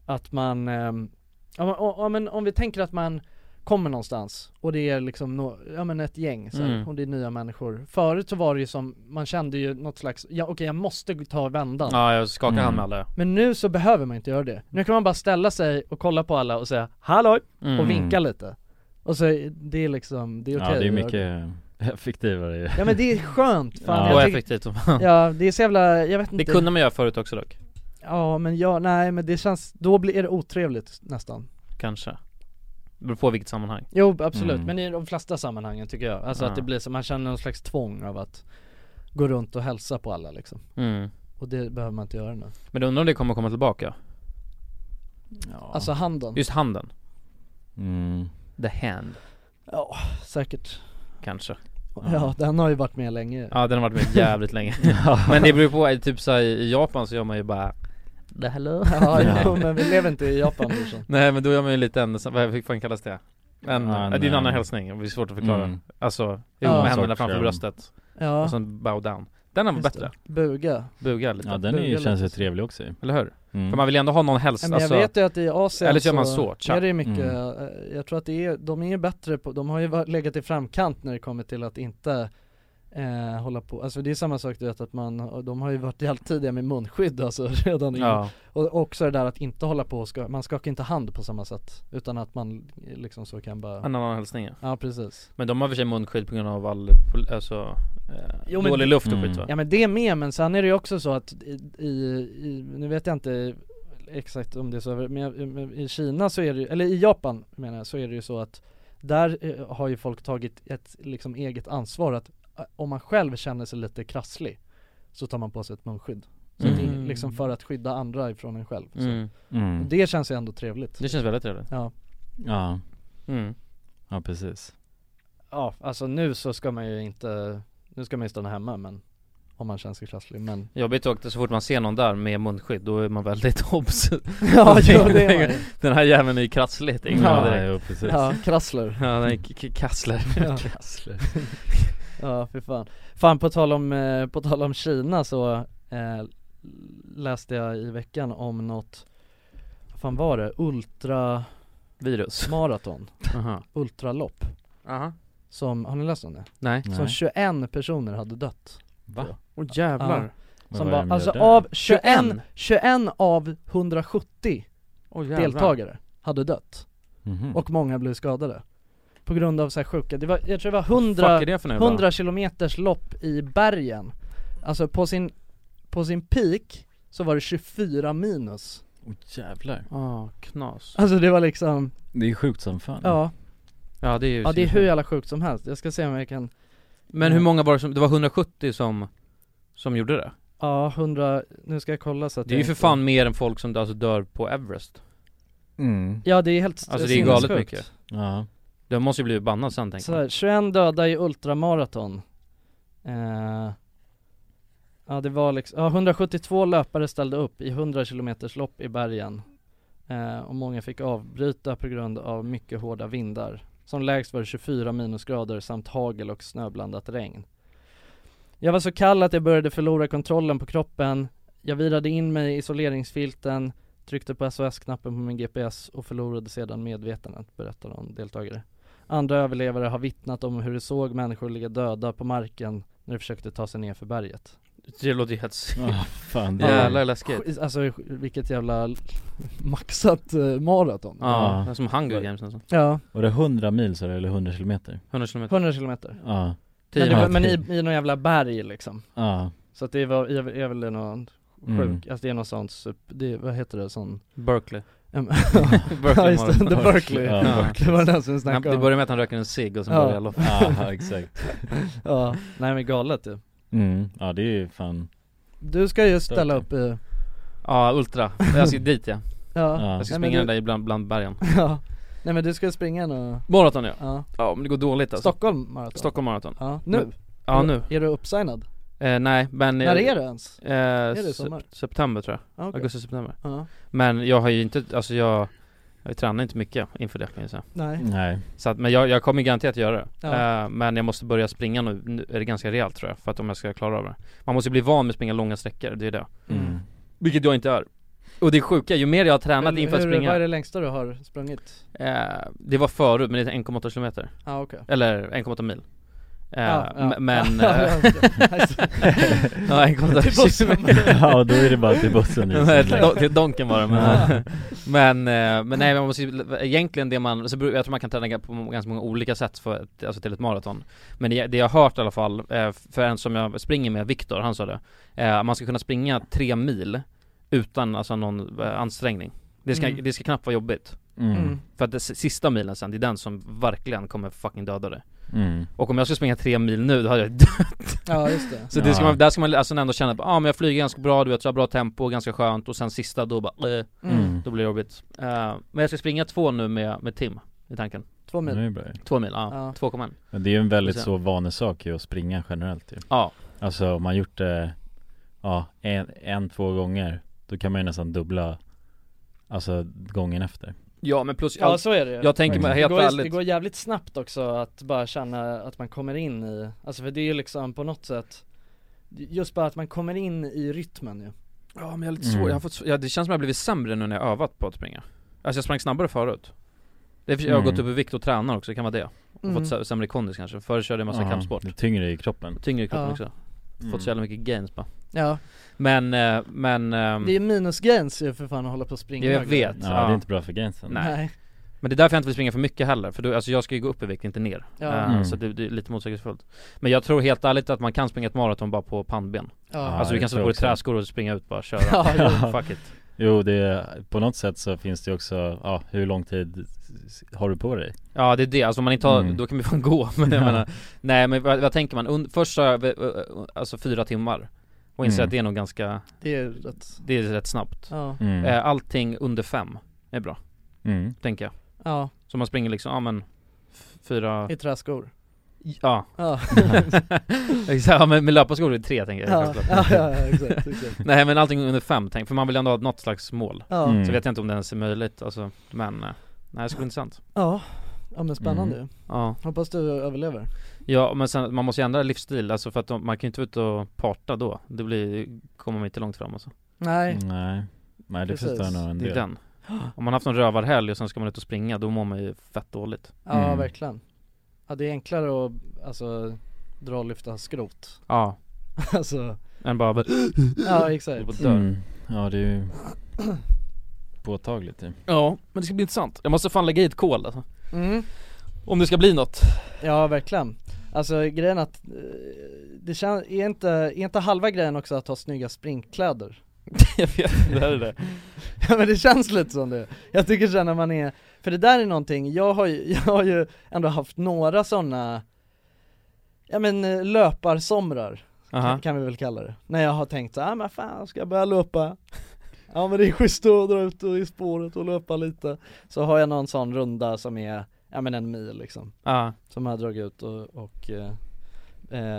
Speaker 6: Att man, ehm, ja, men- ja, ja, men om vi tänker att man kommer någonstans och det är liksom nå ja men ett gäng så här,
Speaker 5: Mm.
Speaker 6: och det är nya människor Förut så var det ju som, man kände ju något slags, ja okej jag måste ta vändan
Speaker 5: Ja jag skakar hand med alla
Speaker 6: men nu så behöver man inte göra det. Nu kan man bara ställa sig och kolla på alla och säga hallå
Speaker 5: Mm.
Speaker 6: och vinka lite. Och så är- det är liksom, det är okej
Speaker 3: Ja det är
Speaker 6: att göra det.
Speaker 3: mycket effektivare ju
Speaker 6: Ja men det är skönt fan.
Speaker 5: Ja,
Speaker 6: Jag
Speaker 5: och
Speaker 6: tycker-
Speaker 5: effektivt som fan.
Speaker 6: Ja det är så jävla, jag vet
Speaker 5: Det
Speaker 6: inte
Speaker 5: kunde man göra förut också dock,
Speaker 6: Ja men jag, nej men det känns, då blir är det otrevligt nästan
Speaker 5: kanske Det beror på vilket sammanhang
Speaker 6: Jo absolut,
Speaker 5: Mm.
Speaker 6: men i de flesta sammanhangen tycker jag Alltså
Speaker 5: Ja.
Speaker 6: att det blir så, man känner någon slags tvång av att gå runt och hälsa på alla liksom
Speaker 5: Mm.
Speaker 6: Och det behöver man inte göra nu
Speaker 5: Men undrar om det kommer komma tillbaka?
Speaker 6: Alltså handen
Speaker 5: Just handen?
Speaker 3: Mm.
Speaker 5: The hand,
Speaker 6: Ja, säkert
Speaker 5: kanske
Speaker 6: Ja, den har ju varit med länge
Speaker 5: Ja den har varit med jävligt länge Men det beror på, typ såhär i Japan så gör man ju bara
Speaker 6: the hello Ja, jo, men vi lever inte i Japan brorsan
Speaker 5: Nej men då gör man ju lite en, vad fan kallas det? En,
Speaker 6: Ja,
Speaker 5: äh, det är en
Speaker 6: nej.
Speaker 5: annan hälsning, det blir svårt att förklara
Speaker 6: Mm.
Speaker 5: Alltså, ihop
Speaker 6: Ja.
Speaker 5: med händerna
Speaker 6: Sorts,
Speaker 5: framför
Speaker 6: ehm,
Speaker 5: bröstet
Speaker 6: Ja.
Speaker 5: Och sen bow down Alltså, Den var
Speaker 6: Alltså, Just
Speaker 5: bättre Alltså,
Speaker 6: det. Buga
Speaker 5: Buga lite
Speaker 3: Ja, den är ju- Buga känns lite. ju trevlig också ju.
Speaker 5: Eller hur?
Speaker 3: Mm.
Speaker 5: För man vill ju ändå ha någon hälsning
Speaker 6: Men jag vet ju att i Asien
Speaker 5: alltså, Eller så gör man så,
Speaker 6: så
Speaker 5: tja.
Speaker 6: är det ju mycket,
Speaker 5: Mm.
Speaker 6: eh, jag tror att det är, de är ju bättre på, de har ju varit- legat i framkant när det kommer till att inte eh, hålla på, alltså det är samma sak du vet att man, och de har ju varit helt tidiga med munskydd alltså redan innan.
Speaker 5: Ja.
Speaker 6: Och också det där att inte hålla på, och ska, man skakar inte hand på samma sätt utan att man eh, liksom så kan bara
Speaker 5: En annan hälsning
Speaker 6: Ja precis
Speaker 5: Men de har för sig munskydd på grund av all, pol- alltså, eh,
Speaker 6: Jo, men-
Speaker 5: dålig luft och skit va?
Speaker 6: Ja men det är med, men sen är det ju också så att i, i, i nu vet jag inte exakt om det är så, men jag- men i Kina så är det ju- eller i Japan menar jag, så är det ju så att där eh, har ju folk tagit ett liksom eget ansvar att eh, om man själv känner sig lite krasslig så tar man på sig ett munskydd. Så det är
Speaker 5: Mm.
Speaker 6: liksom för att skydda andra ifrån en själv. Så.
Speaker 5: Mm.
Speaker 3: Mm.
Speaker 6: Och det känns ju ändå trevligt.
Speaker 5: Det känns väldigt trevligt.
Speaker 6: Ja.
Speaker 3: Ja
Speaker 5: Mm.
Speaker 3: Ja precis
Speaker 6: Ja, alltså nu så ska man ju inte, nu ska man ju stanna hemma men om man känner sig krasslig men
Speaker 5: Jobbigt dock, så fort man ser någon där med munskydd, då är man väldigt obs
Speaker 6: Ja, jo, det är man ju.
Speaker 5: Den här jäveln är ju krasslig, tänker man
Speaker 6: Ja,
Speaker 5: direkt.
Speaker 6: jo, precis. Ja, krassler.
Speaker 5: Ja, den är k- k- kassler
Speaker 6: Ja.
Speaker 5: Kassler
Speaker 6: Ja för fan. Fan på tal om, eh, på tal om Kina så eh, läste jag i veckan om något, vad fan var det? Ultra
Speaker 5: Virus
Speaker 6: Maraton
Speaker 5: Aha.
Speaker 6: Ultralopp
Speaker 5: Aha.
Speaker 6: Som, har ni läst om det?
Speaker 5: Nej.
Speaker 6: Som
Speaker 5: Nej.
Speaker 6: 21 personer hade dött
Speaker 5: Va?
Speaker 6: Åh
Speaker 5: Åh, jävlar. Men
Speaker 6: Som
Speaker 5: vad är det
Speaker 6: var,
Speaker 5: de
Speaker 6: alltså
Speaker 5: gör där?
Speaker 6: av 21, 21, av 170
Speaker 5: Åh, jävlar.
Speaker 6: deltagare hade dött
Speaker 5: Mhm.
Speaker 6: Och många blev skadade På grund av så här sjuka, det var, jag tror det var
Speaker 5: Vad
Speaker 6: 100,
Speaker 5: fuck är det för nu då?
Speaker 6: 100 kilometers lopp i bergen Alltså på sin, på sin peak så var det 24 minus
Speaker 3: Åh jävlar
Speaker 5: Ja, knas
Speaker 6: Alltså det var liksom
Speaker 3: Det är ju sjukt som fan
Speaker 6: Ja
Speaker 5: Ja det är ju
Speaker 6: Ja det är hur jävla sjukt som helst, jag ska se om jag kan
Speaker 5: Men hur många var det som, det var 170 som, som gjorde det?
Speaker 6: Ja, 100, nu ska jag kolla så att
Speaker 5: Det är ju
Speaker 6: jag
Speaker 5: för
Speaker 6: inte-
Speaker 5: fan mer än folk som alltså dör på Everest
Speaker 3: Mm.
Speaker 6: Ja det är helt
Speaker 5: Alltså det är galet
Speaker 6: sinnessjukt.
Speaker 5: mycket
Speaker 3: Ja
Speaker 5: De måste ju bli bannade sen tänker
Speaker 6: Så här, 21 döda i ultramaraton eh, Ja det var liksom, ja, 172 löpare ställde upp i 100 km lopp i bergen eh, Och många fick avbryta på grund av mycket hårda vindar Som lägst var det 24 minusgrader samt hagel och snöblandat regn Jag var så kall att jag började förlora kontrollen på kroppen Jag virade in mig i isoleringsfilten Tryckte på SOS-knappen på min GPS och förlorade sedan medvetandet, berättar någon deltagare Andra överlevare har vittnat om hur de såg människor ligga döda på marken när de försökte ta sig ner för berget
Speaker 5: Det låter ju helt sick.
Speaker 3: Ja, fan,
Speaker 5: det är- Jävlar, läskigt.
Speaker 6: Alltså vilket jävla maxat eh, maraton
Speaker 5: Ja, det är som Hunger Games nästan
Speaker 6: Ja.
Speaker 3: Var det 100 mil sa du, eller 100 kilometer?
Speaker 5: 100 kilometer
Speaker 6: 100 kilometer
Speaker 3: Ja
Speaker 6: Men, det var, men i, i någon jävla berg liksom
Speaker 3: Ja.
Speaker 6: Så att det var, är väl- är väl någon sjuk,
Speaker 3: Mm.
Speaker 6: alltså det är någon sån, sup- det, vad heter det, sån
Speaker 5: Berkeley
Speaker 6: Em-
Speaker 5: Berkeley
Speaker 6: Ja just det, The
Speaker 5: Marathon.
Speaker 6: Berkeley,
Speaker 5: Ja,
Speaker 6: det var den som vi snackade
Speaker 5: Han-
Speaker 6: om
Speaker 5: Det började med att han röker en cigg och sen började jag loppa
Speaker 3: Ja, exakt.
Speaker 6: Ja, nej men galet ju
Speaker 3: Mm, ja det är ju fan
Speaker 6: Du ska ju ställa upp i
Speaker 5: Ja, ultra. Jag ska dit ja.
Speaker 6: Ja.
Speaker 5: Jag ska
Speaker 6: Nej, men
Speaker 5: springa
Speaker 6: du-
Speaker 5: där ibland bland bergen
Speaker 6: Ja, nej men du ska springa en eh,
Speaker 5: Maraton ja.
Speaker 6: Ja.
Speaker 5: men det går dåligt alltså.
Speaker 6: Stockholm maraton?
Speaker 5: Stockholm maraton
Speaker 6: Ja, nu?
Speaker 5: Men- Ja nu
Speaker 6: Är du uppsignad?
Speaker 5: eh, Nej men
Speaker 6: När är det ens?
Speaker 5: Eh,
Speaker 6: Är det i
Speaker 5: sep-
Speaker 6: sommar?
Speaker 5: September tror jag,
Speaker 6: Ah, okej.
Speaker 5: augusti-september
Speaker 6: Ja.
Speaker 5: Men jag har ju inte, alltså jag jag tränar inte mycket inför det kan jag säga
Speaker 6: Nej.
Speaker 3: Nej.
Speaker 5: Så att, men jag, jag kommer garanterat göra det
Speaker 6: Ja.
Speaker 5: eh, Men jag måste börja springa nu, nu är det ganska rejält tror jag För att om jag ska klara av det Man måste bli van med att springa långa sträckor, det är det
Speaker 3: Mm.
Speaker 5: Vilket jag inte är Och det sjuka, ju mer jag har tränat
Speaker 6: Hur-
Speaker 5: inför att
Speaker 6: hur-
Speaker 5: springa
Speaker 6: Vad är det längsta du har sprungit?
Speaker 5: Eh, det var förut, men det är 1,8 kilometer
Speaker 6: Ah, okej.
Speaker 5: Eller 1,8 mil eh,
Speaker 6: Ja, ja.
Speaker 5: m- Men...
Speaker 6: Ja,
Speaker 5: eh,
Speaker 6: ja, alltså.
Speaker 5: ja, 1,8
Speaker 6: Till bussen.
Speaker 5: kilometer.
Speaker 3: Ja, då är det bara till bussen.
Speaker 5: Nej, till don- Till Donken var det men,
Speaker 3: Ja.
Speaker 5: men, eh, men nej man måste ju, egentligen det man, så beror- jag tror man kan träna på ganska många olika sätt för, ett- alltså till ett maraton Men det, det jag har hört i alla fall, eh, för en som jag springer med, Viktor, han sa det eh, Man ska kunna springa tre mil utan alltså någon eh, ansträngning Det ska,
Speaker 6: Mm.
Speaker 5: det ska knappt vara jobbigt
Speaker 3: Mm. Mm.
Speaker 5: För att det s- sista milen sen, det är den som verkligen kommer fucking döda dig
Speaker 3: Mm.
Speaker 5: Och om jag ska springa tre mil nu, då hade jag dött
Speaker 6: Ja, just det.
Speaker 5: Så det ska
Speaker 6: Ja.
Speaker 5: man, där ska man alltså ändå känna, ja ah, men jag flyger ganska bra, du vet, så jag har bra tempo, ganska skönt och sen sista då bara, eh,
Speaker 6: Mm.
Speaker 5: då blir det jobbigt Eh, Men jag ska springa två nu med, med Tim, i tanken
Speaker 6: Två mil.
Speaker 3: Det är bra ju.
Speaker 5: Två mil, ja, 2,1
Speaker 3: Men det är ju en väldigt
Speaker 5: Så-
Speaker 3: så vanesak ju att springa generellt ju
Speaker 5: Ja
Speaker 3: Alltså om man gjort det, ja, en, en två gånger Då kan man ju nästan dubbla Alltså gången efter
Speaker 5: Ja men plus,
Speaker 6: Ja
Speaker 5: allt-
Speaker 6: så är det ju.
Speaker 5: Jag tänker mig helt
Speaker 6: det går, ju- Det
Speaker 5: ärligt
Speaker 6: går jävligt snabbt också att bara känna att man kommer in i, alltså för det är ju liksom på något sätt Just bara att man kommer in i rytmen ju
Speaker 5: Ja men jag är lite svår, jag har fått, sv- ja, det känns som jag har blivit sämre nu när jag har övat på att springa Alltså jag sprang snabbare förut det är, för- Jag har
Speaker 3: Mm.
Speaker 5: gått upp i vikt och tränar också, det kan vara det och
Speaker 3: Mm.
Speaker 5: fått sä- sämre kondis kanske, förr körde jag massa
Speaker 3: Ja,
Speaker 5: kampsport
Speaker 3: det är tyngre i kroppen
Speaker 5: Tyngre i kroppen
Speaker 6: Ja.
Speaker 5: också
Speaker 6: Mm.
Speaker 5: Fått så jävla mycket gains bara
Speaker 6: Ja.
Speaker 5: Men, eh, men ehm,
Speaker 6: Det är ju minusgains ju för fan att hålla på och springa
Speaker 5: Ja, jag vet
Speaker 3: Ja, det är inte bra för gainsen.
Speaker 5: Nej.
Speaker 6: Nej.
Speaker 5: Men det är därför jag inte vill springa för mycket heller, för då, alltså jag ska ju gå upp i vikt, inte ner
Speaker 6: Ja.
Speaker 5: Eh,
Speaker 6: Mm.
Speaker 5: Så det, det är lite motsägelsefullt Men jag tror helt ärligt att man kan springa ett maraton bara på pannben
Speaker 6: Ja.
Speaker 5: Alltså du
Speaker 3: Ja,
Speaker 5: kan sätta
Speaker 3: jag tror
Speaker 5: på dig
Speaker 3: också.
Speaker 5: träskor och springa ut bara, köra Fuck it
Speaker 3: Jo det, är- på något sätt så finns det ju också, ja hur lång tid s- har du på dig?
Speaker 5: Ja det är det, alltså om man inte har,
Speaker 3: Mm.
Speaker 5: då kan vi fan gå men jag
Speaker 3: Ja.
Speaker 5: menar, Nej men vad, vad tänker man? Und, först sa jag eh, eh, alltså fyra timmar Och inser
Speaker 6: Mm.
Speaker 5: att det är nog ganska
Speaker 6: Det är rätt-
Speaker 5: Det är rätt snabbt
Speaker 6: Ja.
Speaker 3: Mm.
Speaker 5: Eh, Allting under fem är bra
Speaker 3: Mm.
Speaker 5: Tänker jag
Speaker 6: Ja.
Speaker 5: Så man springer liksom, ja men f- Fyra
Speaker 6: I träskor
Speaker 5: Ja,
Speaker 6: Ja.
Speaker 5: Exakt, ja men med löparskor är det tre tänker jag
Speaker 6: Ja,
Speaker 5: självklart.
Speaker 6: ja, ja, exakt, exakt.
Speaker 5: Nej men allting under fem tänk, för man vill ändå ha något slags mål
Speaker 6: Ja.
Speaker 5: Så
Speaker 6: Mm.
Speaker 5: vet jag inte om det ens är möjligt alltså, men eh, Nej det skulle vara intressant
Speaker 6: Ja, ja men spännande
Speaker 5: Mm.
Speaker 6: ju
Speaker 5: Ja.
Speaker 6: Hoppas du överlever
Speaker 5: Ja men sen, man måste ju ändra livsstil alltså för att de, man kan ju inte vara ute och parta då Det blir, kommer man inte långt fram alltså
Speaker 6: Nej.
Speaker 3: Nej, Nej det
Speaker 6: Precis.
Speaker 3: förstår jag nog en
Speaker 5: Det är
Speaker 3: del
Speaker 5: den Om man haft någon rövarhelg och sen ska man ut och springa, då mår man ju fett dåligt
Speaker 6: Ja verkligen Ja det är enklare att alltså dra och lyfta skrot
Speaker 5: Ja
Speaker 6: Alltså
Speaker 5: Än bara
Speaker 6: Ja exakt
Speaker 3: Mm. Ja det är ju påtagligt typ. ju
Speaker 5: Ja, men det ska bli intressant Jag måste fan lägga i ett kol alltså.
Speaker 6: Mm.
Speaker 5: Om det ska bli något
Speaker 6: Ja verkligen Alltså grejen att eh, det känns, är inte, är inte halva grejen också att ha snygga springkläder?
Speaker 5: Jag vet inte, det här är det
Speaker 6: Ja men det känns lite som det Jag tycker sen när man är, för det där är någonting, jag har ju, jag har ju ändå haft några sådana Ja men eh, löparsomrar
Speaker 5: Aha.
Speaker 6: kan, kan vi väl kalla det När jag har tänkt så, ah, men fan ska jag börja löpa? Ja men det är schysst att dra ut och i spåret och löpa lite Så har jag någon sån runda som är, ja men en mil liksom
Speaker 5: Ja.
Speaker 6: Som jag har dragit ut och, och, eh,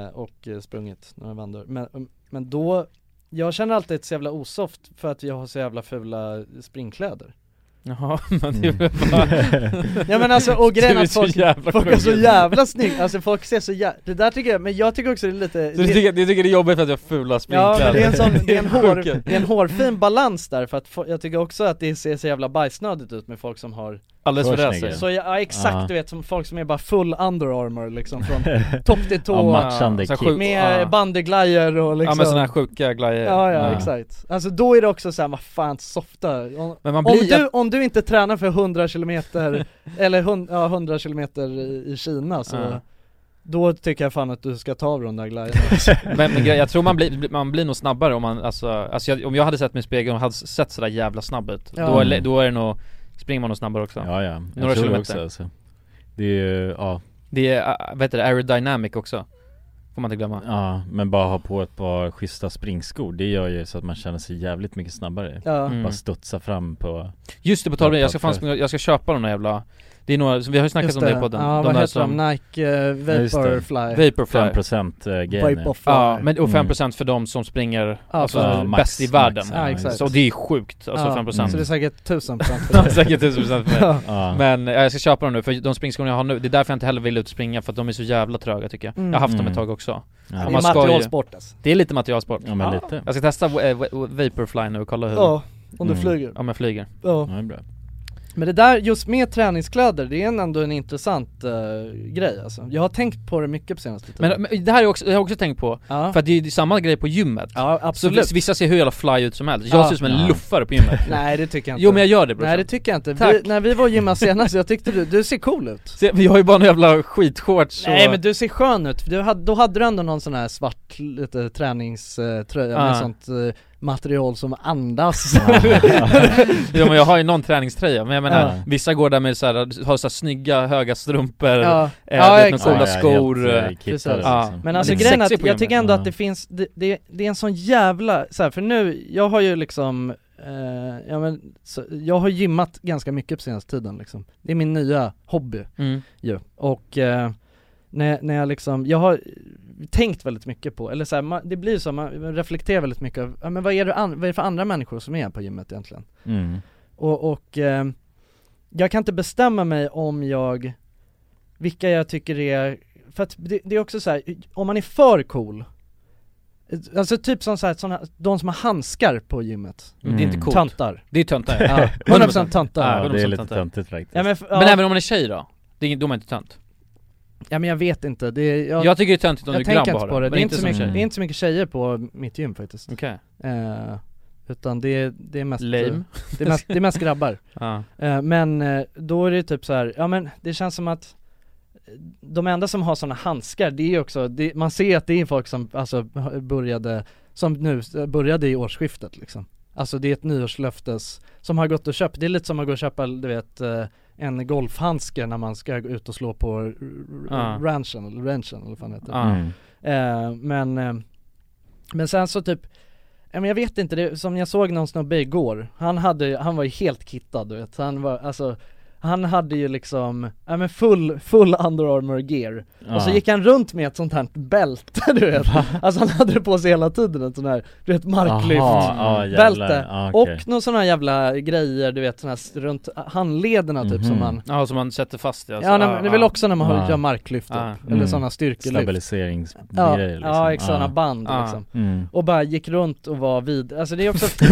Speaker 6: eh, och eh, sprungit några vändor men, um, men då, jag känner alltid ett så jävla osoft för att jag har så jävla fula springkläder
Speaker 5: Jaha, Mm. men det är väl bara-
Speaker 6: Ja men alltså och grejen
Speaker 5: Du är
Speaker 6: att
Speaker 5: så
Speaker 6: folk,
Speaker 5: jävla
Speaker 6: folk är så
Speaker 5: sjuk.
Speaker 6: jävla snygga, alltså folk ser så jävla, det där tycker jag, men jag tycker också det är lite
Speaker 5: Så du tycker, du tycker det är jobbigt för att jag har fula
Speaker 6: Ja
Speaker 5: sprinklar?
Speaker 6: men det är en sån, det är en, hår,
Speaker 5: sjukt.
Speaker 6: det är en hårfin balans där för att fo- jag tycker också att det ser så jävla bajsnödigt ut med folk som har
Speaker 5: Alldeles för
Speaker 6: Så-
Speaker 5: snygga.
Speaker 6: Så ja, ja exakt
Speaker 5: Ja.
Speaker 6: du vet som folk som är bara full under armor liksom från topp till tå
Speaker 5: Ja, matchande Så här sjuk-
Speaker 6: Med
Speaker 5: ja.
Speaker 6: ja. bandyglajjor och liksom
Speaker 5: Ja men såna här Ah. sjuka glajjor
Speaker 6: Ja, ja, exakt. Alltså då är det också såhär, vad fan softa. Om,
Speaker 5: Men man
Speaker 6: om,
Speaker 5: blir-
Speaker 6: du, om du inte tränar för 100 kilometer, eller hun- ja, 100 kilometer i, i Kina så,
Speaker 5: Ja.
Speaker 6: då tycker jag fan att du ska ta av de där glajjorna.
Speaker 5: Men, men grej- jag tror man blir, man blir nog snabbare om man, alltså, alltså jag, om jag hade sett mig i spegeln och hade sett sådär jävla snabb ut
Speaker 6: Ja.
Speaker 5: då, är, le- då är det nog, springer man nog snabbare också
Speaker 3: Ja ja, jag
Speaker 5: Några
Speaker 3: tror det
Speaker 5: kilometer
Speaker 3: också alltså. Det är ju, ja
Speaker 5: Det är, äh, vad heter det, aerodynamic också Får man inte glömma
Speaker 3: Ja, men bara ha på ett par schyssta springskor Det gör ju så att man känner sig jävligt mycket snabbare
Speaker 5: Ja.
Speaker 3: Bara
Speaker 5: Mm.
Speaker 3: studsa fram på
Speaker 5: Just det, på tal om det, jag ska fan springa, jag ska köpa de där jävla Det är några, som vi har ju snackat
Speaker 6: Just
Speaker 5: om det i
Speaker 6: det.
Speaker 5: podden
Speaker 6: Ja, vad
Speaker 5: de där
Speaker 6: heter de? Nike, eh,
Speaker 5: Ja, just det.
Speaker 6: Vaporfly.
Speaker 5: Vaporfly
Speaker 3: 5% gain, ja. Vaporfly.
Speaker 5: Ja, men och
Speaker 3: Mm.
Speaker 5: 5% för de som springer
Speaker 6: Ja,
Speaker 5: alltså,
Speaker 6: för-
Speaker 5: bäst
Speaker 6: max,
Speaker 5: i
Speaker 6: max,
Speaker 5: världen
Speaker 6: ja, Ja, exakt.
Speaker 5: Så det är sjukt, alltså
Speaker 6: Ja, Mm.
Speaker 5: 5%
Speaker 6: så det är säkert 1000% för
Speaker 5: för
Speaker 6: dig.
Speaker 5: Säkert 1000% för mig
Speaker 6: Ja.
Speaker 3: Ja.
Speaker 5: Men ja, jag ska köpa dem nu, för de springskorna jag har nu, det är därför jag inte heller vill ut och springa för att de är så jävla tröga tycker jag
Speaker 6: Mm.
Speaker 5: Jag har haft dem
Speaker 6: Mm.
Speaker 5: ett tag också
Speaker 6: Ja.
Speaker 5: Och
Speaker 6: Det är
Speaker 5: man ska ju-
Speaker 6: materialsport, alltså.
Speaker 5: Det är lite materialsport
Speaker 3: Ja, men lite.
Speaker 5: Jag ska testa eh, va- Vaporfly nu och kolla hur
Speaker 6: Ja, om du
Speaker 5: Mm.
Speaker 6: flyger.
Speaker 5: Om jag flyger
Speaker 6: Ja.
Speaker 3: Ja, det är bra.
Speaker 6: Men det där, just med träningskläder, det är en- ändå en intressant eh, grej alltså. Jag har tänkt på det mycket på senaste tiden
Speaker 5: Men, men det här är också, jag har också tänkt på, för att det är ju samma grej på gymmet
Speaker 6: Ja absolut.
Speaker 5: Så vissa ser hur jävla fly ut som helst, jag
Speaker 6: Ja.
Speaker 5: ser ut som en
Speaker 6: Ja.
Speaker 5: luffare på gymmet
Speaker 6: Nej det tycker jag inte
Speaker 5: Jo men jag gör det brorsan
Speaker 6: Nej det tycker jag inte,
Speaker 5: Tack!
Speaker 6: vi, när vi var och gymmade senast, jag tyckte du, du ser cool ut
Speaker 5: Se, men jag har ju bara en jävla skitshorts och-
Speaker 6: Nej men du ser skön ut, du hade, då hade du ändå någon sån här svart lite träningströja med
Speaker 5: Ja.
Speaker 6: sånt eh, material som andas
Speaker 5: ja, men jag har ju någon träningströja, men jag menar
Speaker 6: Ja.
Speaker 5: vissa går där med så här, har så här snygga höga strumpor,
Speaker 6: Ja.
Speaker 5: eh,
Speaker 6: Ja,
Speaker 5: du vet, några
Speaker 6: exakt.
Speaker 5: coola
Speaker 6: Ja,
Speaker 5: skor
Speaker 6: ja, helt, eh,
Speaker 5: eh,
Speaker 6: kittade
Speaker 5: precis.
Speaker 6: liksom.
Speaker 3: Mm.
Speaker 5: Ja.
Speaker 6: Men alltså
Speaker 5: Lite
Speaker 6: grejen är
Speaker 5: sexy
Speaker 6: att
Speaker 5: på
Speaker 6: jag
Speaker 5: gymmet.
Speaker 6: tycker ändå
Speaker 5: Ja.
Speaker 6: att det finns, det, det, det är en sån jävla, så här, för nu, jag har ju liksom, eh, ja men, så, jag har gymmat ganska mycket på senaste tiden liksom. Det är min nya hobby
Speaker 5: Mm.
Speaker 6: ju. Och eh, när, när jag liksom, jag har tänkt väldigt mycket på, eller så här, man, det blir så, man reflekterar väldigt mycket över, ja, men vad är, det an- vad är det för andra människor som är här på gymmet egentligen?
Speaker 13: Mm.
Speaker 6: Och, och eh, jag kan inte bestämma mig om jag, vilka jag tycker är, för att det, det är också så här, om man är för cool Alltså typ som så här, såna, de som har handskar på gymmet
Speaker 5: Mm. Det är inte coolt.
Speaker 6: Töntar
Speaker 5: Det är töntar.
Speaker 6: ja, 100% töntar
Speaker 5: Ja, 100% töntar.
Speaker 6: Ja, men,
Speaker 5: men,
Speaker 6: f- ja.
Speaker 5: även om man är tjej då? Det är, ingen- då är man inte tönt?
Speaker 6: Ja men jag vet inte, det är,
Speaker 5: Jag tycker det är töntigt om
Speaker 6: jag
Speaker 5: du är
Speaker 6: tänker
Speaker 5: grabb
Speaker 6: inte
Speaker 5: bara,
Speaker 6: på det.
Speaker 5: men
Speaker 6: Det, är inte så
Speaker 5: som
Speaker 6: mycket,
Speaker 5: tjej.
Speaker 6: det är inte så mycket tjejer på mitt gym faktiskt
Speaker 5: Okej.
Speaker 6: eh, Utan det är, det är mest
Speaker 5: Lame.
Speaker 6: Det är mest, det är mest grabbar
Speaker 5: Ja.
Speaker 6: eh, Men eh, då är det typ så här, ja men det känns som att eh, De enda som har sådana handskar, det är ju också, det, man ser att det är folk som alltså började Som nu, började i årsskiftet liksom Alltså det är ett nyårslöftes som har gått och köpt, det är lite som att gå och köpa du vet eh, en golfhandske när man ska gå ut och slå på r- r-
Speaker 5: Ja.
Speaker 6: ranchen eller ranchen eller vad fan det heter
Speaker 5: Ja. Mm.
Speaker 6: Eh, men, eh, men sen så typ Ja, men jag vet inte, det, som jag såg någon snubbe igår, han hade, han var ju helt kittad du vet, han var, alltså han hade ju liksom, ja men full, full under armor gear Och så
Speaker 4: Ja.
Speaker 6: gick han runt med ett sånt här bälte du vet Alltså han hade det på sig hela tiden, ett sånt här, du vet marklyft
Speaker 13: Aha, ja, jävlar.
Speaker 6: bälte
Speaker 13: Ja, okej.
Speaker 6: Och någon sån här jävla grejer du vet, sån här s- runt handlederna typ som
Speaker 5: Mhm.
Speaker 6: man
Speaker 5: Ja, som man sätter fast
Speaker 6: Ja, när, det är väl också när man har- gör marklyft
Speaker 5: Alltså, Ja.
Speaker 6: typ, eller
Speaker 5: Mm.
Speaker 6: sådana styrkelyft ja,
Speaker 13: Stabiliseringsgrejer liksom.
Speaker 6: ja, exakt, sådana
Speaker 13: Ja.
Speaker 6: band
Speaker 13: Ja.
Speaker 6: liksom
Speaker 13: Mm.
Speaker 6: Och bara gick runt och var vid, alltså det är också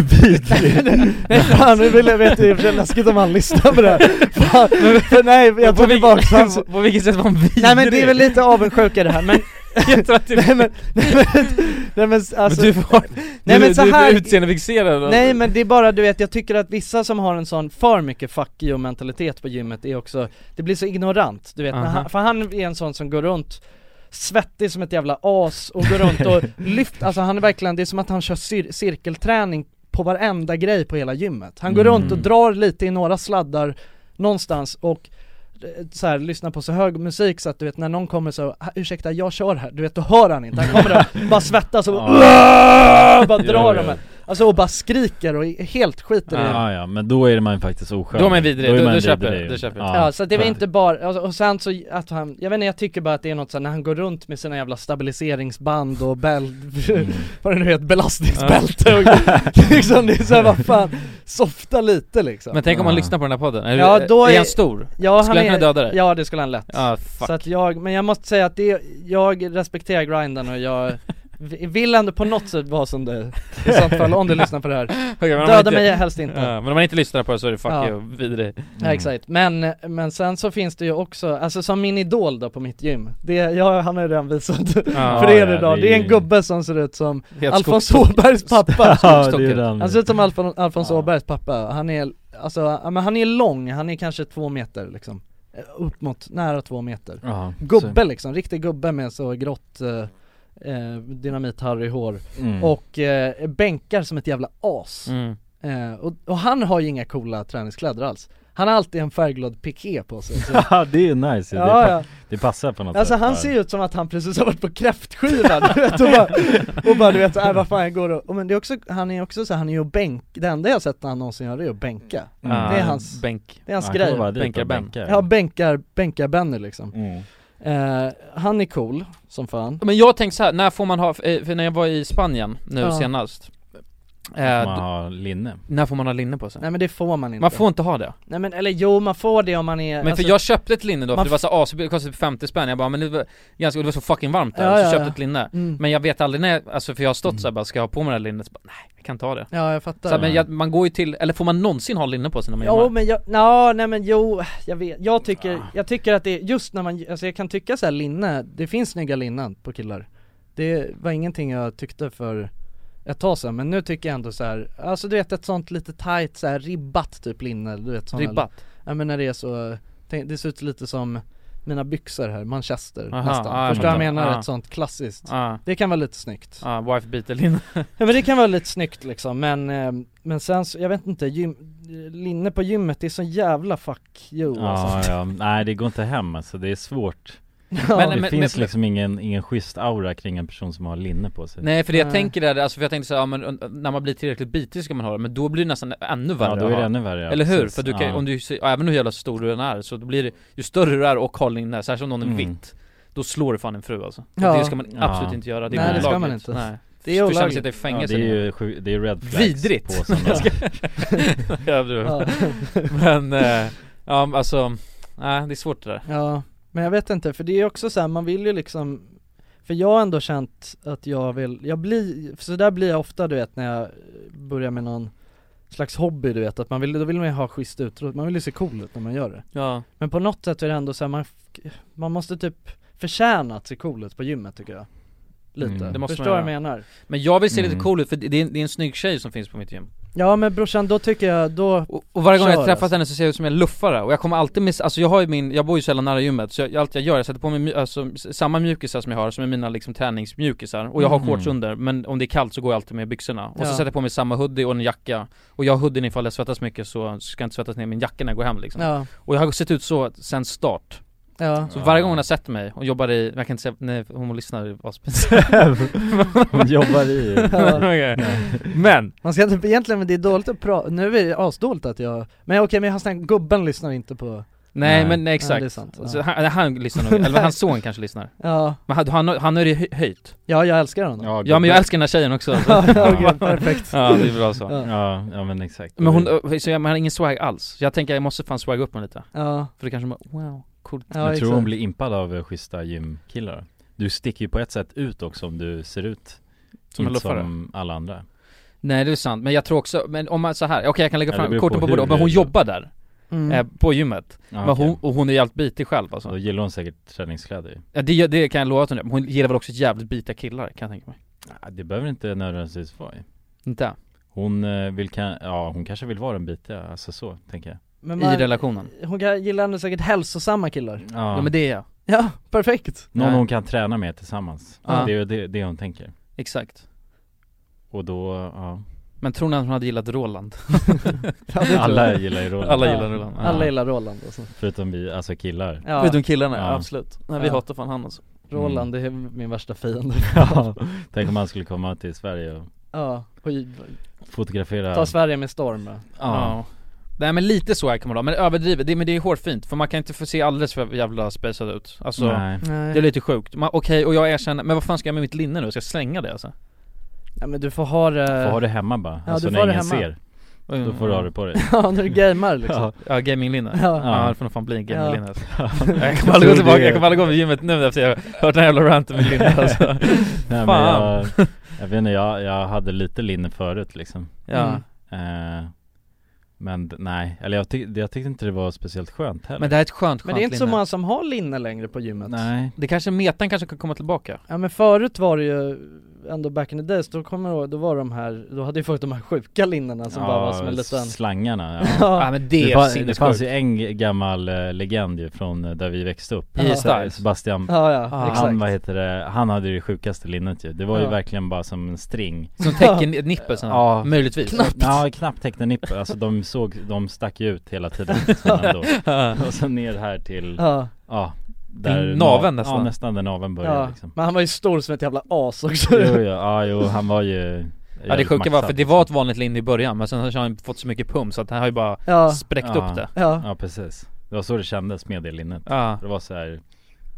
Speaker 6: Nej fan, nu vill jag veta, det är för sig läskigt om han lyssnar på det här fan, för nej jag tar tillbaka hans
Speaker 5: På vilket sätt var han vidrig?
Speaker 6: Nej men det är väl lite avundsjuka det här men
Speaker 5: Jag tror att du...
Speaker 6: Nej men, nej men, nej men alltså
Speaker 5: Men du var-
Speaker 6: Nej
Speaker 5: du-
Speaker 6: men så
Speaker 5: du är
Speaker 6: här
Speaker 5: utseendefixerad.
Speaker 6: Nej men det är bara du vet, jag tycker att vissa som har en sån för mycket fuck you mentalitet på gymmet är också Det blir så ignorant, du vet, när
Speaker 5: Aha.
Speaker 6: han, för han är en sån som går runt Svettig som ett jävla as och går runt och lyft, alltså han är verkligen, det är som att han kör cir- cirkelträning på varenda grej på hela gymmet Han går
Speaker 4: Mm.
Speaker 6: runt och drar lite i några sladdar någonstans och eh, så här, lyssna på så hög musik så att du vet när någon kommer så, "Ah, ursäkta jag kör här, du vet då hör han inte, han kommer där, bara svettas och bara, Ah! bara
Speaker 3: Jo,
Speaker 6: drar dem Ah.
Speaker 3: jo.
Speaker 6: här. Alltså och bara skriker och är helt skiter i det
Speaker 3: Ja, ja, men då är man faktiskt oskön
Speaker 5: Då är man vidrig, då- då köper jag det,
Speaker 3: ju.
Speaker 5: då köper jag
Speaker 6: Ja, så att det var inte bara, alltså, och sen så att han, jag vet inte jag tycker bara att det är något så här, när han går runt med sina jävla stabiliseringsband och bäl,
Speaker 5: Mm.
Speaker 6: vad det nu heter, belastningsbälte och liksom det är såhär vad fan, softa lite liksom
Speaker 5: Men tänk om han lyssnar på den här podden, är,
Speaker 6: Ja, då
Speaker 5: är,
Speaker 6: är-
Speaker 5: han stor?
Speaker 6: Ja,
Speaker 5: skulle
Speaker 6: han
Speaker 5: han
Speaker 6: är-
Speaker 5: kunna döda dig?
Speaker 6: Ja det skulle han lätt
Speaker 5: Ja, fuck.
Speaker 6: Så att jag, men jag måste säga att det, jag respekterar grinden och jag vi- vill ändå på något sätt vara som du i sånt fall om du lyssnar på det här
Speaker 5: Okej, men om man
Speaker 6: Döda
Speaker 5: inte-
Speaker 6: mig helst inte
Speaker 5: Ja, men om man inte lyssnar på det så är det fuck
Speaker 6: Ja.
Speaker 5: you, vidrig
Speaker 4: Mm.
Speaker 6: Ja exakt, men, men sen så finns det ju också, alltså som min idol då på mitt gym Det, jag, han har ju redan visat för er
Speaker 4: Ah, ja,
Speaker 6: idag,
Speaker 4: det
Speaker 6: det är
Speaker 4: är
Speaker 6: en gubbe som ser ut som
Speaker 4: Helt
Speaker 6: Alfons
Speaker 4: skogstock-
Speaker 6: Åbergs pappa
Speaker 4: Ja, det är den.
Speaker 6: Han ser ut som Alfon, Alfons Åbergs pappa, han är, alltså, ja, men han är lång, han är kanske två meter liksom Eh, Upp mot, nära två meter
Speaker 3: Ja,
Speaker 6: Gubbe
Speaker 3: så-
Speaker 6: liksom, riktig gubbe med så grått eh, eh, Dynamit-Harry-hår
Speaker 3: Mm.
Speaker 6: och eh, bänkar som ett jävla as
Speaker 5: Mm.
Speaker 6: Eh, och, och han har ju inga coola träningskläder alls Han har alltid en färgglad piké på sig så-
Speaker 3: Ja, det är ju nice ju. det,
Speaker 6: Ja,
Speaker 3: pa-
Speaker 6: ja.
Speaker 3: det passar på något
Speaker 6: Alltså
Speaker 3: sätt
Speaker 6: han
Speaker 3: bara.
Speaker 6: ser ju ut som att han precis har varit på kräftskiva du vet, och, bara, och bara du vet, äh, vad fan jag går och, och men det är också, han är också så här, han är ju bänk, det enda jag har sett när han någonsin gör det är att bänka
Speaker 5: Mm.
Speaker 6: Det är
Speaker 5: Ja,
Speaker 6: hans,
Speaker 5: bänk.
Speaker 6: det är hans
Speaker 5: Ja, han kommer
Speaker 6: grej
Speaker 5: bara dit och Bänkar Ben. bänkar.
Speaker 6: Ja bänkar, bänkar Benny liksom
Speaker 3: Mm.
Speaker 6: Eh, Han är cool som fan
Speaker 5: Men jag tänkte så här, när får man ha, eh, för för när jag var i Spanien nu
Speaker 6: Ja.
Speaker 5: senast eh,
Speaker 3: man
Speaker 5: då-
Speaker 3: ha linne?
Speaker 5: När får man ha linne på sig?
Speaker 6: Nej men det får man inte
Speaker 5: Man får inte ha det?
Speaker 6: Nej men eller jo man får det om man är
Speaker 5: Men för
Speaker 6: alltså-
Speaker 5: jag köpte ett linne då, för
Speaker 6: man
Speaker 5: det var så as, det kostade typ 50 spänn, jag bara men det var, ganska, det var så fucking varmt där,
Speaker 6: Ja,
Speaker 5: så
Speaker 6: ja,
Speaker 5: köpte
Speaker 6: ja.
Speaker 5: ett linne
Speaker 6: Mm.
Speaker 5: Men jag vet aldrig när, jag- alltså för jag har stått
Speaker 3: Mm.
Speaker 5: såhär bara, ska jag ha på mig det här linnet? Så bara, nej, jag kan inte ha det
Speaker 6: Ja, jag fattar.
Speaker 5: så här, men jag, man går ju till, eller får man någonsin ha linne på sig när man Ah.
Speaker 6: Ja
Speaker 5: gymmar?
Speaker 6: men jag, nå, nej men jo, jag vet, jag tycker, jag tycker att det, är just när man, alltså jag kan tycka så här linne, det finns snygga linnen på killar Det var ingenting jag tyckte för ett tag sedan, men nu tycker jag ändå så här, alltså du vet ett sånt lite tight så här ribbat typ linne, du vet sån här-
Speaker 5: Ribbat?
Speaker 6: Ja men när det är så, tänk, det ser ut lite som mina byxor här, manchester
Speaker 5: Aha,
Speaker 6: nästan,
Speaker 5: ja, jag
Speaker 6: förstår vad jag
Speaker 5: fattar.
Speaker 6: menar?
Speaker 5: Ja.
Speaker 6: Ett sånt klassiskt
Speaker 5: Ja.
Speaker 6: Det kan vara lite snyggt
Speaker 5: Ja, wife beater linne
Speaker 6: Ja men det kan vara lite snyggt liksom men, eh, men sen så, jag vet inte, gym, linne på gymmet det är så jävla fuck you
Speaker 3: Ja,
Speaker 6: alltså.
Speaker 3: ja, nej det går inte hem alltså, det är svårt
Speaker 5: Men-
Speaker 3: Det
Speaker 5: men-
Speaker 3: finns
Speaker 5: men-
Speaker 3: liksom ingen, ingen schysst aura kring en person som har linne på sig
Speaker 5: Nej för det jag tänker är, alltså för jag tänkte såhär, ja, men un- när man blir tillräckligt bitig ska man ha det, men då blir det nästan ännu värre
Speaker 3: då
Speaker 5: att
Speaker 3: är det
Speaker 5: ha.
Speaker 3: ännu värre, ja,
Speaker 5: Eller hur?
Speaker 3: precis.
Speaker 5: För du kan,
Speaker 3: Ja.
Speaker 5: om du, ser- ja, även hur jävla stor du än är, så då blir det, ju större du är och har linne, särskilt om någon är
Speaker 3: Mm.
Speaker 5: vitt Då slår du fan en fru alltså.
Speaker 6: Ja.
Speaker 5: Och Det ska man absolut inte göra, det är
Speaker 6: Nej, det ska
Speaker 5: olagligt.
Speaker 6: man inte.
Speaker 5: Nej.
Speaker 6: Det är
Speaker 5: Förtjänar
Speaker 6: olagligt.
Speaker 5: sitta i fängelse
Speaker 3: Ja, det är
Speaker 5: nu.
Speaker 3: ju sju- det är red flags
Speaker 5: Vidrigt!
Speaker 3: på sådana-
Speaker 5: Jag ska- Jag överdriver. Men, eh, ja alltså, nej det är svårt det där
Speaker 6: Ja, men jag vet inte, för det är också så här, man vill ju liksom För jag har ändå känt att jag vill, jag blir, för så där blir jag ofta du vet när jag börjar med någon slags hobby du vet, att man vill, då vill man ju ha schysst utrustning, man vill ju se cool ut när man gör det
Speaker 5: Ja.
Speaker 6: Men på något sätt är det ändå så här, man, f- man måste typ förtjäna att se cool ut på gymmet tycker jag Lite,
Speaker 5: Mm, Det måste man
Speaker 6: förstår vad jag
Speaker 5: göra.
Speaker 6: menar?
Speaker 5: Men jag vill se lite
Speaker 6: Mm.
Speaker 5: cool ut för det är, en- det är en snygg tjej som finns på mitt gym
Speaker 6: Ja men brorsan, då tycker jag, då
Speaker 5: Och varje gång
Speaker 6: kör, alltså.
Speaker 5: jag träffat henne så ser jag ut som en luffare och jag kommer alltid med, alltså jag har ju min, jag bor ju sällan nära gymmet så jag, allt jag gör, jag sätter på mig mj- alltså, s- samma mjukisar som jag har, som är mina liksom träningsmjukisar och jag har
Speaker 4: Mm.
Speaker 5: shorts under men om det är kallt så går jag alltid med byxorna och så
Speaker 4: Ja.
Speaker 5: sätter jag på mig samma hoodie och en jacka och jag har hoodien ifall jag svettas mycket så ska jag inte svettas ner min jacka när jag går hem liksom
Speaker 6: Ja.
Speaker 5: Och jag har sett ut så sen start
Speaker 6: Ja.
Speaker 5: Så varje gång hon har sett mig och jobbar i, jag kan inte säga, nej hon lyssnar, det var
Speaker 3: Hon jobbar i-
Speaker 5: Men, okej. Men!
Speaker 6: Man ska inte, egentligen, men det är dåligt att prata, nu är det asdåligt att jag Men okej, men jag har snackat, gubben lyssnar inte på
Speaker 5: Nej, men nej, exakt.
Speaker 6: Ja, det är sant
Speaker 5: så han, han lyssnar nog, eller hans son kanske lyssnar.
Speaker 6: Ja.
Speaker 5: Men han, han, han har ju hö- höjt.
Speaker 6: Ja, jag älskar honom Ja,
Speaker 5: Ja men jag älskar den här tjejen också
Speaker 6: Ja, okej, perfekt.
Speaker 5: Ja det är bra så
Speaker 6: Ja.
Speaker 3: Ja, ja men exakt
Speaker 5: Men hon,
Speaker 3: Mm.
Speaker 5: ö, så jag, man har ingen swag alls, så jag tänker jag måste fan swagga upp mig lite
Speaker 6: Ja.
Speaker 5: För då kanske man, wow, coolt
Speaker 3: Men jag tror hon blir impad av eh, schyssta gymkillar Du sticker ju på ett sätt ut också om du ser ut
Speaker 5: Som en
Speaker 3: Inte
Speaker 5: luffare.
Speaker 3: som alla andra
Speaker 5: Nej det är sant, men jag tror också, men om man så här, okej jag kan lägga
Speaker 3: Ja, det
Speaker 5: fram
Speaker 3: beror
Speaker 5: korten
Speaker 3: på
Speaker 5: på bordet,
Speaker 3: hur
Speaker 5: men hon
Speaker 3: du-
Speaker 5: jobbar där
Speaker 6: Mm.
Speaker 5: eh, På gymmet,
Speaker 3: Ja,
Speaker 5: men
Speaker 3: okej.
Speaker 5: hon, och hon är jävligt bitig själv alltså
Speaker 3: Då gillar hon säkert träningskläder
Speaker 5: ja, det, det kan jag lova att hon gör, men hon gillar väl också jävligt bitiga killar kan jag tänka mig
Speaker 3: Ja, Ah, Det behöver inte nödvändigtvis vara ju.
Speaker 5: Inte?
Speaker 3: Hon eh, vill kan, ja hon kanske vill vara den bitiga, alltså så tänker jag
Speaker 6: Men man-
Speaker 5: I relationen?
Speaker 6: Hon kan- gillar ändå säkert hälsosamma killar
Speaker 3: Ja. Ja,
Speaker 5: men det är jag
Speaker 6: Ja, perfekt
Speaker 3: Någon hon kan träna med tillsammans,
Speaker 5: Ja.
Speaker 3: det är ju det, det hon tänker
Speaker 5: Exakt
Speaker 3: Och då, ja
Speaker 5: Men tror ni att hon hade gillat Roland?
Speaker 6: tror jag.
Speaker 3: Alla gillar ju Roland
Speaker 5: Alla gillar Roland,
Speaker 6: Alla gillar Roland alltså
Speaker 3: Förutom vi, alltså killar
Speaker 6: Ja.
Speaker 5: Förutom killarna, ja. absolut. Nej, vi
Speaker 6: Ja.
Speaker 5: hatar fan han alltså.
Speaker 6: Mm. Roland, det är min värsta fiende
Speaker 3: Ja, tänk om han skulle komma till Sverige och
Speaker 6: Ja, och ju-
Speaker 3: fotografera
Speaker 6: ta Sverige med storm va?
Speaker 5: Ja. Nej men lite så här kan man ha, men överdrivet, det, men det är hårfint för man kan inte få se alldeles för jävla spejsad ut Alltså,
Speaker 3: Nej.
Speaker 6: Nej.
Speaker 5: det är lite sjukt. Man- Okej, och jag erkänner, men vad fan ska jag med mitt linne nu? Ska jag slänga det alltså?
Speaker 6: Ja men du får ha det
Speaker 3: Får ha det hemma bara,
Speaker 6: Ja,
Speaker 3: alltså
Speaker 6: du
Speaker 3: när
Speaker 6: får ha
Speaker 3: ingen
Speaker 6: det hemma.
Speaker 3: ser Då får du ha det på dig
Speaker 6: Ja, när du gamer liksom
Speaker 5: Mm. Ja, ja gaminglinne.
Speaker 6: Ja.
Speaker 5: Ja. det får nog fan bli en gaminglinne
Speaker 3: Ja.
Speaker 5: alltså. Jag
Speaker 3: Jag
Speaker 5: kommer aldrig
Speaker 3: tror
Speaker 5: gå tillbaka,
Speaker 3: det.
Speaker 5: jag kommer aldrig gå med gymmet nu efter jag har hört den här jävla ranten med linne alltså.
Speaker 3: Nej, men
Speaker 5: fan!
Speaker 3: jag, jag vet inte, jag, jag hade lite linne förut liksom
Speaker 5: Ja.
Speaker 3: Eh, Men d- nej, eller jag, tyck, jag tyckte inte det var speciellt skönt heller
Speaker 5: Men det här är ett skönt,
Speaker 6: Men det är inte så
Speaker 5: linne.
Speaker 6: många som har linne längre på gymmet
Speaker 3: Nej
Speaker 5: Det kanske, metan kanske kan komma tillbaka?
Speaker 6: Ja men förut var det ju ändå back in the days, då kommer jag ihåg, då var de här, då hade ju förut de här sjuka linnena som bara var som en liten
Speaker 3: slangarna
Speaker 6: Ja. Ja, men det är
Speaker 3: fanns, det
Speaker 6: sinnessjukt.
Speaker 3: fanns ju en g- gammal eh, legend ju från eh, där vi växte upp
Speaker 6: Ja.
Speaker 3: Se-
Speaker 6: Styles.
Speaker 3: Sebastian
Speaker 6: Ja, ja,
Speaker 3: Han
Speaker 6: exakt.
Speaker 3: vad heter det, han hade det sjukaste linnet ju Det var
Speaker 5: Ja.
Speaker 3: ju verkligen bara som en string
Speaker 5: Som täcker nippelsen? Möjligtvis?
Speaker 3: Knappt Ja, knappt täckte nippel, alltså de såg, de stack ju ut hela tiden men ändå. Och så ner här till,
Speaker 6: Ja.
Speaker 3: ja, där
Speaker 5: Till naveln
Speaker 3: na-
Speaker 5: nästan.
Speaker 3: Ja nästan där naveln börjar
Speaker 6: ja.
Speaker 3: liksom
Speaker 6: Men han var ju stor som ett jävla as också
Speaker 3: Jo, jo, ja, jo, han var ju
Speaker 5: Ja det
Speaker 3: jävligt
Speaker 5: sjuka var,
Speaker 3: maxad. liksom.
Speaker 5: för det var ett vanligt linne i början men sen har han fått så mycket pump så att han har ju bara spräckt
Speaker 3: ja.
Speaker 5: upp det
Speaker 3: Ja. precis Det var så det kändes med det linnet
Speaker 5: Ja.
Speaker 3: Det var så här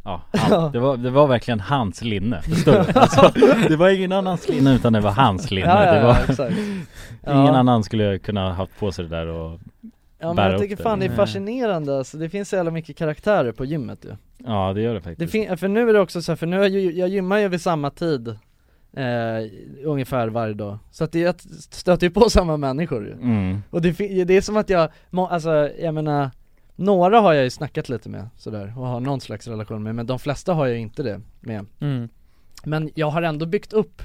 Speaker 3: Ja, han, det, var, det var verkligen hans linne, förstår du? Alltså, det var ingen annans linne utan det var hans linne
Speaker 6: Ja, ja,
Speaker 3: det
Speaker 6: ja,
Speaker 3: var,
Speaker 6: exakt.
Speaker 3: Ingen
Speaker 6: Ja.
Speaker 3: annan skulle kunna haft på sig det där och
Speaker 6: Ja men
Speaker 3: bära
Speaker 6: jag
Speaker 3: upp
Speaker 6: tycker fan det är
Speaker 3: Mm.
Speaker 6: fascinerande alltså, det finns så jävla mycket karaktärer på gymmet ju
Speaker 3: Ja det gör det faktiskt
Speaker 6: Det fin- för nu är det också så här, för nu är jag, jag gymmar ju vid samma tid eh, Ungefär varje dag, så att det, jag stöter ju på samma människor ju
Speaker 3: Mm.
Speaker 6: Och det, fin- det är som att jag, må- alltså jag menar Några har jag ju snackat lite med sådär och har någon slags relation med, men de flesta har jag ju inte det med
Speaker 5: Mm.
Speaker 6: Men jag har ändå byggt upp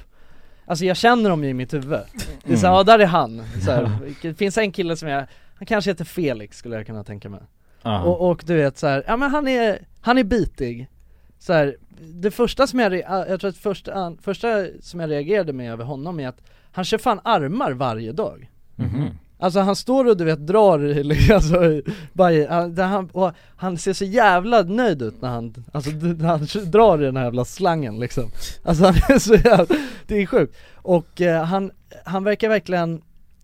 Speaker 6: Alltså jag känner dem ju i mitt huvud Det är såhär, ja där är han, så här, det finns en kille som jag, han kanske heter Felix skulle jag kunna tänka mig
Speaker 3: Ja.
Speaker 6: och, och du vet så här, ja men han är, han är bitig så här, det första som jag, re- jag tror att första, första som jag reagerade med över honom är att han kör fan armar varje dag Alltså han står och du vet drar i, liksom, alltså, i- bara i, han, där han, och han ser så jävla nöjd ut när han, alltså d- när han kö- drar i den här jävla slangen liksom Alltså han är så jävla, det är sjukt Och eh, han, han verkar verkligen, eh,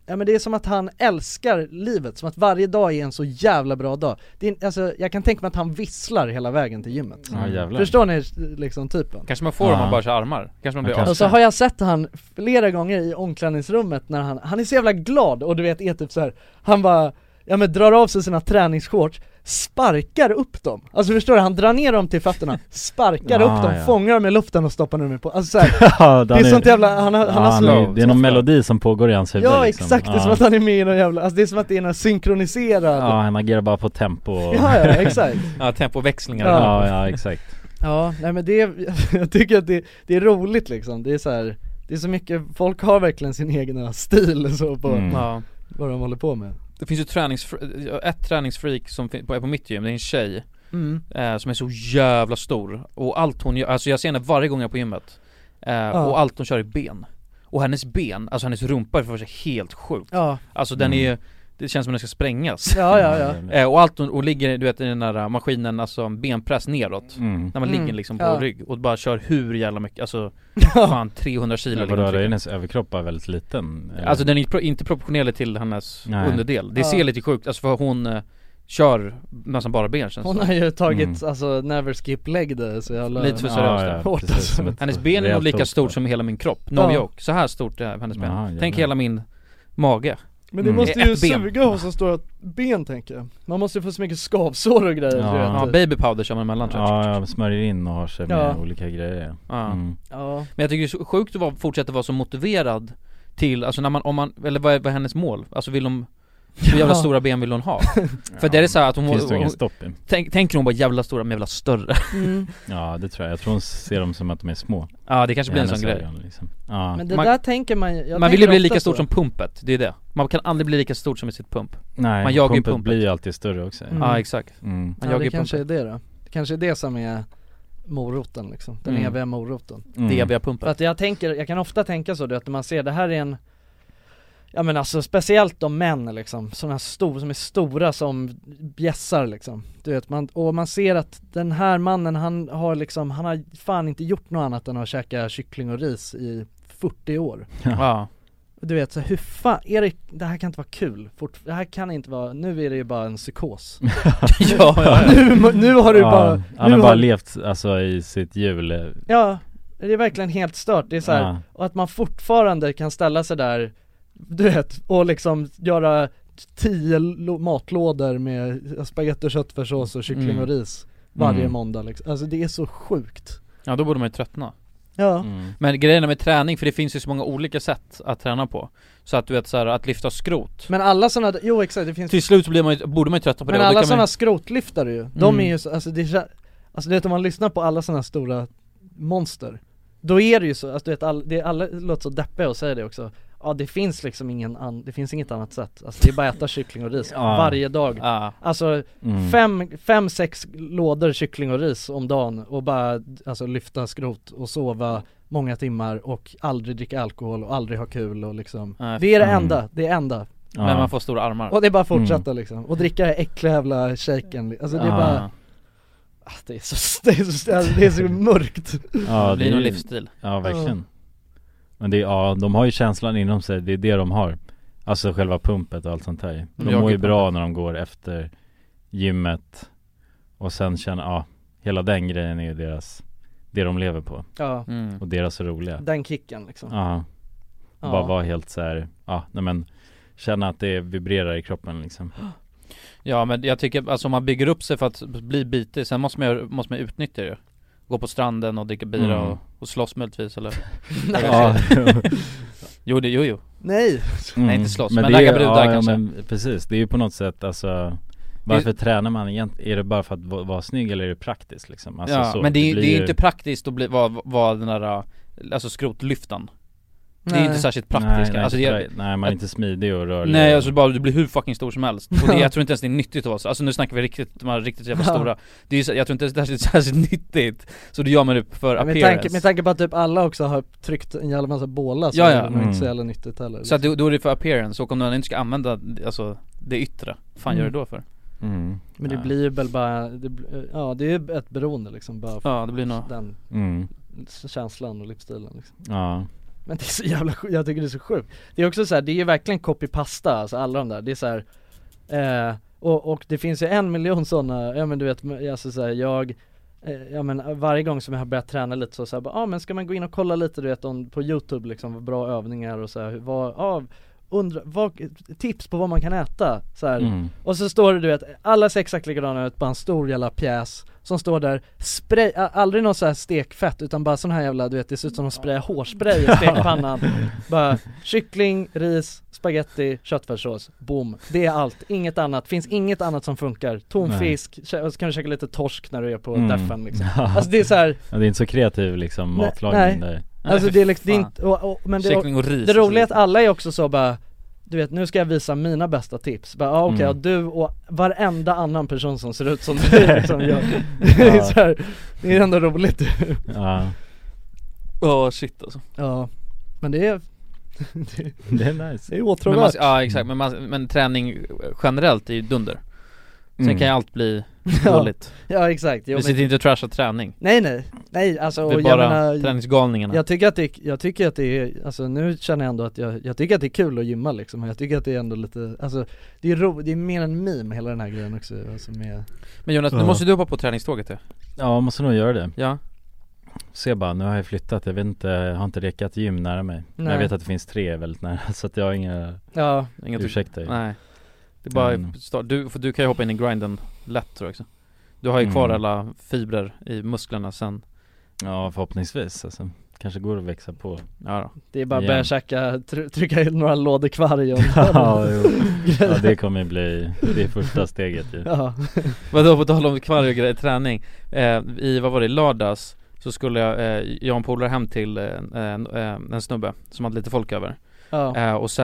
Speaker 6: Ja men det är som att han älskar livet, som att varje dag är en så jävla bra dag. Det är, en- alltså, jag kan tänka mig att han visslar hela vägen till gymmet.
Speaker 5: Ja, jävlar.
Speaker 6: Förstår ni liksom typen?
Speaker 5: Kanske man får om man bara kör armar, kanske man blir
Speaker 6: Och så har jag sett han flera gånger i omklädningsrummet när han, han är så jävla glad och du vet är typ så här. han bara, ja men drar av sig sina träningsshorts, sparkar upp dem. Alltså förstår du, han drar ner dem till fötterna, sparkar
Speaker 13: Ah,
Speaker 6: upp dem,
Speaker 13: ja.
Speaker 6: fångar dem i luften och stoppar ner dem på, alltså så här,
Speaker 13: Ja,
Speaker 6: det är sånt jävla, han har, han har
Speaker 13: är-
Speaker 6: slow
Speaker 13: Det är någon melodi som pågår i hans huvud
Speaker 6: Ja
Speaker 13: liksom.
Speaker 6: exakt, det är som
Speaker 13: Ja.
Speaker 6: att han är med i någon jävla, alltså det är som att det är någon synkroniserad
Speaker 13: Ja, han agerar bara på tempo och...
Speaker 6: Ja, ja, exakt.
Speaker 5: Ja, tempoväxlingar
Speaker 13: Ja,
Speaker 6: Ja.
Speaker 13: ja, exakt
Speaker 6: Ja, nej men det, är- jag tycker att det, det är roligt liksom, det är så här, det är så mycket, folk har verkligen sin egna stil så på
Speaker 5: Mm. Ja.
Speaker 6: vad de håller på med
Speaker 5: Det finns ju träningsfre- ett träningsfreak som fin- på- är på mitt gym, det är en tjej
Speaker 6: Mm.
Speaker 5: eh, Som är så jävla stor och allt hon gör, alltså jag ser henne varje gång jag är på gymmet eh,
Speaker 6: Ja.
Speaker 5: Och allt hon kör är ben Och hennes ben, alltså hennes rumpa är för sig helt sjukt
Speaker 6: Ja.
Speaker 5: Alltså den är
Speaker 6: Mm.
Speaker 5: ju det känns som att den ska sprängas
Speaker 6: Ja, ja,
Speaker 5: ja. Eh, Och allt hon, och ligger du vet i den där maskinen, alltså en benpress neråt
Speaker 13: Mm.
Speaker 5: När man
Speaker 13: Mm.
Speaker 5: ligger liksom på
Speaker 13: Ja.
Speaker 5: rygg och bara kör hur jävla mycket, alltså fan 300 kilo
Speaker 13: Men
Speaker 5: ligger
Speaker 13: Vadå,
Speaker 5: hon och
Speaker 13: hennes överkropp är väldigt liten? eller?
Speaker 5: Alltså den är inte pro- inte proportionell till hennes
Speaker 13: Nej.
Speaker 5: underdel. Det
Speaker 6: Ja.
Speaker 5: ser lite sjukt, alltså för hon eh, kör nästan bara ben känns det
Speaker 6: Hon
Speaker 5: som.
Speaker 6: har ju tagit
Speaker 5: Mm.
Speaker 6: alltså never skip leg day så jävla
Speaker 5: Lite för
Speaker 6: Ja,
Speaker 5: seriöst
Speaker 6: ja, hårt
Speaker 5: Precis,
Speaker 6: alltså.
Speaker 5: som ett Hennes ben är nog lika stort som hela min kropp, no
Speaker 6: Ja.
Speaker 5: joke. Så här stort är hennes ben.
Speaker 13: Ja, jävlar.
Speaker 5: Tänk hela min mage.
Speaker 6: Men det
Speaker 5: Mm.
Speaker 6: måste
Speaker 5: är
Speaker 6: ju
Speaker 5: ett ben.
Speaker 6: suga hos så stora ben tänker jag Man måste ju få så mycket skavsår och grejer
Speaker 5: Ja.
Speaker 6: du vet.
Speaker 5: Ja, baby powder kör man emellan tror jag.
Speaker 13: Ja, jag smörjer in och har sig med
Speaker 5: Ja.
Speaker 13: olika grejer
Speaker 5: Ja.
Speaker 13: Mm.
Speaker 6: Ja.
Speaker 5: Men jag tycker det är så sjukt att vara, fortsätta vara så motiverad till, alltså när man, om man, eller vad är, vad är hennes mål? Alltså vill hon, hur jävla
Speaker 13: Ja.
Speaker 5: stora ben vill hon ha? För det är så här att hon,
Speaker 13: Finns det
Speaker 5: hon,
Speaker 13: ingen
Speaker 5: hon
Speaker 13: stopp i?
Speaker 5: tänk, tänker hon bara jävla stora, men jävla större
Speaker 6: Mm.
Speaker 13: Ja, det tror jag. Jag tror hon ser dem som att de är små
Speaker 5: Ja, det kanske
Speaker 13: I
Speaker 5: blir en
Speaker 13: hennes
Speaker 5: sån grej.
Speaker 13: ögon, liksom. ja.
Speaker 6: Men det
Speaker 5: Man-
Speaker 6: där tänker man ju- jag
Speaker 5: Man vill ju bli
Speaker 6: tänker ofta
Speaker 5: lika
Speaker 6: så.
Speaker 5: stor som pumpet, det är det. Man kan aldrig bli lika stort som i sitt pump.
Speaker 13: Nej,
Speaker 5: man jagar ju
Speaker 13: pumpet
Speaker 5: pumpet.
Speaker 13: blir ju alltid större också
Speaker 5: Mm. Ja, exakt.
Speaker 13: mm.
Speaker 5: Man
Speaker 6: Ja
Speaker 5: jagar
Speaker 6: det
Speaker 5: ju
Speaker 6: kanske
Speaker 5: pumpet.
Speaker 6: är det då, det kanske är det som är moroten liksom, den
Speaker 5: Mm.
Speaker 6: eviga moroten
Speaker 5: Mm. Det eviga pumpet.
Speaker 6: För att jag tänker, jag kan ofta tänka så du vet, när man ser det här är en Ja men alltså speciellt de män liksom, sådana här stor, som är stora som bjässar liksom Du vet, man, och man ser att den här mannen han har liksom, han har fan inte gjort något annat än att käka kyckling och ris i 40 år
Speaker 5: Ja.
Speaker 6: Du vet så hur fan, är det, det här kan inte vara kul, Fort, det här kan inte vara, nu är det ju bara en psykos
Speaker 5: ja, ja.
Speaker 6: Nu, nu har du
Speaker 13: ja.
Speaker 6: bara,
Speaker 13: Han
Speaker 6: nu
Speaker 13: har bara
Speaker 6: har,
Speaker 13: levt alltså i sitt hjul eh,
Speaker 6: Ja, det är verkligen helt stört, det är så här,
Speaker 13: Ja.
Speaker 6: och att man fortfarande kan ställa sig där, du vet, och liksom göra tio lo- matlådor med spagetti och köttfärssås och kyckling
Speaker 5: Mm.
Speaker 6: och ris varje
Speaker 5: Mm.
Speaker 6: måndag liksom. Alltså det är så sjukt
Speaker 5: Ja, då borde man ju tröttna.
Speaker 6: Ja.
Speaker 13: Mm.
Speaker 5: Men grejen med träning, för det finns ju så många olika sätt att träna på. Så att du vet så här, att lyfta skrot.
Speaker 6: Men alla sådana, jo exakt det finns
Speaker 5: Till slut så blir man ju, borde man ju trötta på det.
Speaker 6: Men
Speaker 5: och det
Speaker 6: alla
Speaker 5: kan
Speaker 6: sådana
Speaker 5: man ju-
Speaker 6: skrotlyftare ju, de
Speaker 5: Mm.
Speaker 6: är ju så, alltså det är, alltså du vet om man lyssnar på alla sådana stora monster Då är det ju så, alltså du vet all, det är, alla låter så deppiga och säger det också Ja det finns liksom ingen an, det finns inget annat sätt, alltså det är bara att äta kyckling och ris
Speaker 5: Ja.
Speaker 6: varje dag
Speaker 5: Ja.
Speaker 6: Alltså
Speaker 5: Mm.
Speaker 6: fem, fem, sex lådor kyckling och ris om dagen och bara alltså lyfta skrot och sova många timmar och aldrig dricka alkohol och aldrig ha kul och liksom
Speaker 5: Nej,
Speaker 6: Det är det
Speaker 5: mm.
Speaker 6: enda, det är enda
Speaker 5: Men Ja. man får stora armar.
Speaker 6: Och det är bara att
Speaker 5: Mm.
Speaker 6: fortsätta liksom, och dricka den här äckliga jävla shaken, alltså det är
Speaker 5: Ja.
Speaker 6: bara Ah, det är så, det är så, alltså, det är så mörkt
Speaker 13: Ja,
Speaker 5: blir
Speaker 13: är
Speaker 5: någon
Speaker 13: ju-
Speaker 5: livsstil.
Speaker 13: Ja, verkligen. Men det är, ja, de har ju känslan inom sig, det är det de har. Alltså själva pumpet och allt sånt här. De
Speaker 5: jagar
Speaker 13: mår ju
Speaker 5: pumpet.
Speaker 13: bra när de går efter gymmet och sen känner, ja, hela den grejen är ju deras, det de lever på.
Speaker 6: Ja. Mm.
Speaker 13: Och deras är roliga.
Speaker 6: Den kicken, liksom.
Speaker 13: Ja.
Speaker 6: Ja.
Speaker 13: Bara vara helt så här, ja, nej men känna att det vibrerar i kroppen liksom.
Speaker 5: Ja men jag tycker, alltså om man bygger upp sig för att bli bitig, sen måste man, ju- måste man utnyttja det Gå på stranden och dricka bira
Speaker 13: Mm.
Speaker 5: och, och slåss möjligtvis eller?
Speaker 6: Nej.
Speaker 5: Ja. jo det, jo jo
Speaker 6: Nej.
Speaker 5: Nej
Speaker 13: Mm.
Speaker 5: inte slåss, men,
Speaker 13: det är-
Speaker 5: ragga brudar
Speaker 13: ja,
Speaker 5: kanske
Speaker 13: men precis, det är ju på något sätt alltså varför tränar man egentligen? Är det bara för att va- vara snygg eller är det praktiskt liksom? Alltså,
Speaker 5: ja,
Speaker 13: så,
Speaker 5: men det, är-
Speaker 13: blir
Speaker 5: det är ju
Speaker 13: ju-
Speaker 5: inte praktiskt att bli, vara, vara den där, alltså skrotlyftan Det är
Speaker 13: Nej.
Speaker 5: inte särskilt
Speaker 13: Nej,
Speaker 5: praktiskt
Speaker 13: nej,
Speaker 5: alltså,
Speaker 13: inte pra- nej, man är inte smidig och rörlig.
Speaker 5: Nej alltså bara, du blir hur fucking stor som helst Och det, jag tror inte ens det är nyttigt att vara så, alltså nu snackar vi riktigt, de här riktigt jävla
Speaker 6: Ja.
Speaker 5: stora det är, ju så- Jag tror inte ens det är särskilt, särskilt nyttigt Så det gör man det för
Speaker 6: med
Speaker 5: appearance
Speaker 6: tanke, med tanke på att typ alla också har tryckt en jävla massa bålar så
Speaker 5: Ja,
Speaker 6: är
Speaker 5: ja. Mm.
Speaker 6: det nog inte så jävla nyttigt heller
Speaker 5: Så att då, då är det för appearance, och om du inte ska använda alltså, det yttre, fan gör du
Speaker 6: Mm.
Speaker 5: då för?
Speaker 13: Mm.
Speaker 6: Men det blir ju väl bara, det, bl- ja det är ju ett beroende liksom bara
Speaker 5: Ja, det blir nog-
Speaker 6: den
Speaker 13: Mm.
Speaker 6: s- känslan och livsstilen liksom
Speaker 13: Ja
Speaker 6: Men det är så jävla sjukt, jag tycker det är så sjukt Det är också så här, det är ju verkligen copy-pasta alltså alla de där, det är så här, eh, och, och det finns ju en miljon sådana, ja men du vet, alltså så här, jag eh, Ja men varje gång som jag har börjat träna lite så såhär, ja ah, men ska man gå in och kolla lite du vet om, på youtube liksom, vad bra övningar och såhär, vad, ah, undra, vad, tips på vad man kan äta så här.
Speaker 10: Mm.
Speaker 6: Och så står det du vet, alla ser exakt likadana ut, bara en stor jävla pjäs Som står där, spray, a- aldrig någon så här stekfett utan bara sån här jävla du vet, det ser ut som de sprayar hårspray i stekpannan Bara kyckling, ris, spaghetti, köttfärssås, boom Det är allt, inget annat, finns inget annat som funkar Tonfisk, kä- och så kan du käka lite torsk när du är på
Speaker 3: Mm.
Speaker 6: deffen liksom
Speaker 3: Ja.
Speaker 6: Alltså det är så här,
Speaker 3: Ja, det är inte så kreativ liksom
Speaker 6: Nej,
Speaker 3: matlagning
Speaker 6: nej.
Speaker 3: där
Speaker 6: Alltså det är liksom, det är inte, och, och, men det,
Speaker 3: Kyckling och ris
Speaker 6: det
Speaker 3: och så
Speaker 6: roliga är att alla är också så bara du vet, nu ska jag visa mina bästa tips. Bara, ah, okej,
Speaker 3: Mm.
Speaker 6: ja, du och varenda annan person som ser ut som du liksom gör. Det är
Speaker 3: Ja.
Speaker 6: så här, det är ändå roligt
Speaker 3: Ja,
Speaker 5: Ja shit alltså
Speaker 6: Ja, men det är
Speaker 3: Det är nice.
Speaker 6: Det är
Speaker 5: Men man,
Speaker 6: åtråvärt
Speaker 5: ja exakt, men, man, men träning generellt är ju dunder Sen
Speaker 6: Mm.
Speaker 5: kan ju allt bli
Speaker 6: Ja.
Speaker 5: dåligt
Speaker 6: Ja, exakt. Jo,
Speaker 5: Vi
Speaker 6: men-
Speaker 5: sitter inte och trashar träning
Speaker 6: Nej nej, nej alltså
Speaker 5: Det är
Speaker 6: och
Speaker 5: bara träningsgalningarna.
Speaker 6: Jag tycker att det, jag tycker att det är, alltså nu känner jag ändå att jag, jag tycker att det är kul att gymma liksom Jag tycker att det är ändå lite, alltså det är ro, det är mer en meme hela den här grejen också alltså med
Speaker 5: Men Jonas, nu
Speaker 3: Ja.
Speaker 5: måste du hoppa på träningståget ju
Speaker 3: ja måste nog göra det
Speaker 5: Ja
Speaker 3: Se bara, nu har jag flyttat, jag vet inte, jag har inte rekat gym nära mig Men
Speaker 5: Nej.
Speaker 3: jag vet att det finns tre väldigt nära så att jag har inga
Speaker 6: Ja.
Speaker 5: Inget
Speaker 3: ursäkter
Speaker 5: Nej Det är bara,
Speaker 3: Mm.
Speaker 5: start, du, för du kan ju hoppa in i grinden lätt tror jag också Du har ju kvar
Speaker 3: Mm.
Speaker 5: alla fibrer i musklerna sen
Speaker 3: Ja förhoppningsvis alltså, kanske går att växa på
Speaker 5: Ja då.
Speaker 6: Det är bara att börja käka, try- trycka in några lådor kvarg och
Speaker 3: Ja, jo. ja det kommer bli, det är första steget
Speaker 5: typ.
Speaker 3: ju
Speaker 6: Ja.
Speaker 5: Vadå på tal om kvarg och grejer, träning eh, I, vad var det, i lördags Så skulle jag, eh, jag och en polare hem till eh, en, eh, en snubbe som hade lite folk över
Speaker 6: Ja.
Speaker 5: eh, och sen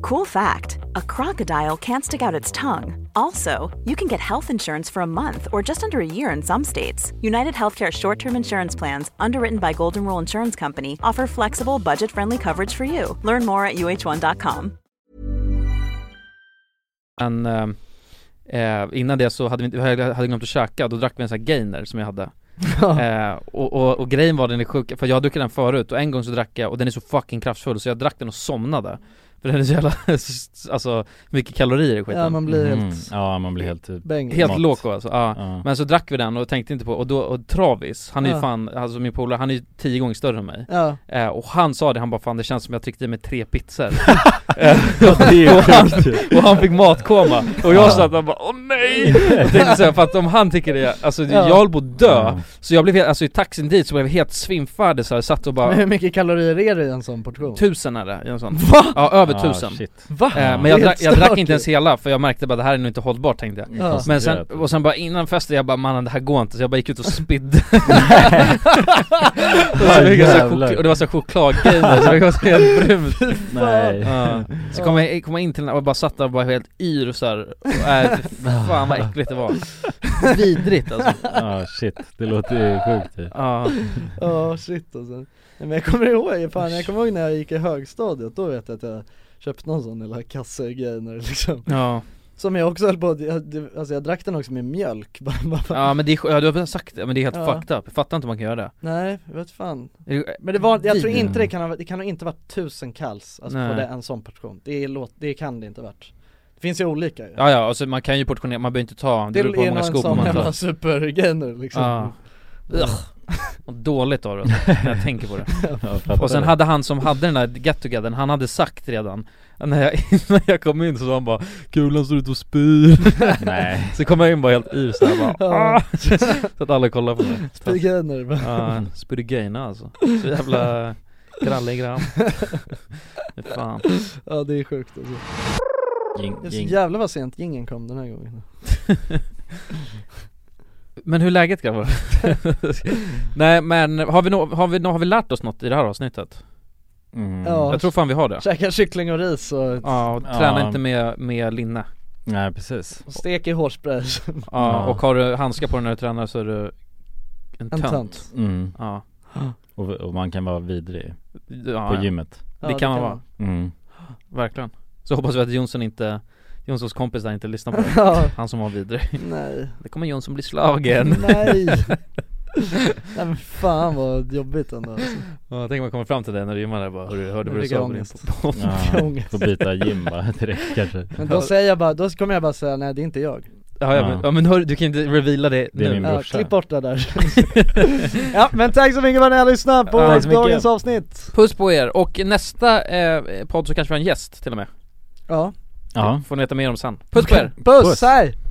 Speaker 15: Cool fact a crocodile can't stick out its tongue. Also, you can get health insurance for a month or just under a year in some states. United Healthcare short term insurance plans, underwritten by Golden Rule Insurance Company, offer flexible, budget friendly coverage for you. Learn more at uh1.com.
Speaker 5: Men eh, eh, innan det så hade vi inte- jag hade glömt att käka, då drack vi en sån här gainer som jag hade
Speaker 6: Ah.
Speaker 5: eh, och, och, och grejen var den är sjuk, för jag har druckit den förut och en gång så drack jag och den är så fucking kraftfull så jag drack den och somnade För den är så jävla, alltså mycket kalorier i skiten
Speaker 6: Ja, man blir helt- Mhm.
Speaker 3: Mm. Ja man blir helt
Speaker 6: Bäng.
Speaker 5: Helt
Speaker 6: mat.
Speaker 5: låko alltså, ja.
Speaker 3: Ja.
Speaker 5: Men så drack vi den och tänkte inte på, och då, och Travis, han är ju
Speaker 6: Ja.
Speaker 5: fan, alltså min polare, han är ju tio gånger större än mig
Speaker 6: Ja.
Speaker 5: eh, Och han sa det, han bara fan det känns som jag tryckte i mig tre pizzor
Speaker 3: det är
Speaker 5: och, han,
Speaker 3: sjukt.
Speaker 5: och han fick matkoma, och jag
Speaker 3: Ja.
Speaker 5: satt där och bara åh nej! Jag tänkte såhär, för att om han tycker det, alltså
Speaker 6: Ja.
Speaker 5: jag höll på att dö Så jag blev helt, alltså i taxin dit så blev jag helt svimfärdig såhär, satt och bara Typ,
Speaker 6: Men hur mycket kalorier är det i en sån portion?
Speaker 5: Tusen är det, i en sån Va? Ja, över
Speaker 6: Ah,
Speaker 5: tusen
Speaker 6: shit. Va?
Speaker 5: Eh,
Speaker 6: Det
Speaker 5: Men
Speaker 6: är
Speaker 5: jag,
Speaker 6: helt
Speaker 5: drack, jag drack
Speaker 6: stört
Speaker 5: inte
Speaker 6: ju.
Speaker 5: ens hela för jag märkte bara det här är nog inte hållbart tänkte jag
Speaker 6: Ja.
Speaker 5: Men sen,
Speaker 6: Koncentrerat.
Speaker 5: och sen bara innan festen jag bara mannen det här går inte så jag bara gick ut och spydde och, så
Speaker 3: Ah,
Speaker 5: fick jag så här
Speaker 3: jävlar.
Speaker 5: chokla- och det var så här chokladgrejer så det var så helt brunt
Speaker 3: Nej.
Speaker 5: Ja. Så kom jag, kom jag in till den och bara satt där och bara helt yr såhär, äh, fan vad äckligt det var Vidrigt alltså
Speaker 3: Ja shit, det låter ju sjukt ju
Speaker 5: Ja
Speaker 6: Ja shit alltså Nej, men jag kommer ihåg, fan, jag kommer ihåg när jag gick i högstadiet, då vet jag att jag köpte någon sån lilla kassegrej när det liksom
Speaker 5: Ja.
Speaker 6: Som jag också höll på, att- jag, det- alltså jag drack den också med mjölk bara, bara,
Speaker 5: Ja men det är, sj- ja, du har väl sagt det, men det är helt
Speaker 6: Ja.
Speaker 5: fucked up, jag fattar inte hur man kan göra det
Speaker 6: Nej, jag vet fan
Speaker 5: Är det-
Speaker 6: Men det var, jag tror
Speaker 5: Vin.
Speaker 6: inte det kan ha, det kan ha inte varit tusen kalls, alltså
Speaker 5: Nej.
Speaker 6: på det, en sån portion det, är, låt- det kan det inte ha varit Det finns ju olika ju
Speaker 5: Ja ja, alltså man kan ju portionera, man behöver inte ta, det, beror på hur många
Speaker 6: en
Speaker 5: skopor
Speaker 6: sån
Speaker 5: man
Speaker 6: jävla
Speaker 5: tar
Speaker 6: supergainer liksom
Speaker 5: Ja.
Speaker 6: Ugh.
Speaker 5: Och dåligt av det alltså, när jag tänker på det Och sen hade han som hade den där get togethern, han hade sagt redan när jag, när jag kom in så sa han bara 'Kulan står ute och spyr'
Speaker 3: Nej.
Speaker 5: Så kom jag in bara helt yr såhär bara
Speaker 6: Ja.
Speaker 5: "Ah." Så att alla kollade på mig
Speaker 6: Spygainer bara.
Speaker 5: Ja, spygainer alltså Så jävla krallig gram Fy Fan
Speaker 6: Ja det är sjukt alltså.
Speaker 5: Jing,
Speaker 6: det är så
Speaker 5: jing.
Speaker 6: jävla vad sent gingen kom den här gången
Speaker 5: Men hur är läget grabbar? Nej men har vi, nå har, vi nå har vi lärt oss något i det här avsnittet?
Speaker 3: Mm.
Speaker 6: Ja.
Speaker 5: Jag tror fan vi har det
Speaker 6: Käka kyckling och ris och
Speaker 5: Ja, och träna inte med, med linne
Speaker 3: Nej precis
Speaker 6: Och Stek i hårspray
Speaker 5: Ja, och har du handskar på dig när du tränar så är du en tönt,
Speaker 3: Mm.
Speaker 5: Ja.
Speaker 3: Och, och man kan vara vidrig
Speaker 5: Ja,
Speaker 3: på
Speaker 5: ja.
Speaker 3: gymmet
Speaker 5: Det kan man vara
Speaker 3: Mm.
Speaker 5: Verkligen Så hoppas vi att Jonsson inte Jonssons kompis där inte lyssnar på
Speaker 6: Ja.
Speaker 5: det Han som var vidrig
Speaker 6: Nej
Speaker 5: Det kommer Jonsson bli slagen
Speaker 6: Nej Nej men fan vad jobbigt ändå alltså.
Speaker 5: Ja, tänk om man kommer fram till dig när du gymmar där bara Hörru, hörde vad
Speaker 6: Nu
Speaker 5: du
Speaker 6: fick jag
Speaker 5: sa om din
Speaker 6: ångest.
Speaker 5: podd
Speaker 6: Nu fick jag ångest.
Speaker 3: Får byta gym bara direkt kanske
Speaker 6: Men då säger jag bara, då kommer jag bara säga nej det är inte jag
Speaker 5: Ja, ja, men, ja, men hör, du kan inte reveala det,
Speaker 3: Det är
Speaker 5: nu
Speaker 3: min
Speaker 6: Ja, klipp bort det där Ja men tack så mycket för att ni har lyssnat på
Speaker 5: Ja, tack så mycket.
Speaker 6: dagens avsnitt
Speaker 5: Puss på er och nästa eh, podd så kanske vi har en gäst till och med
Speaker 6: Ja
Speaker 5: Det Får ni veta mer om sen Puss på er!
Speaker 6: Puss, hej!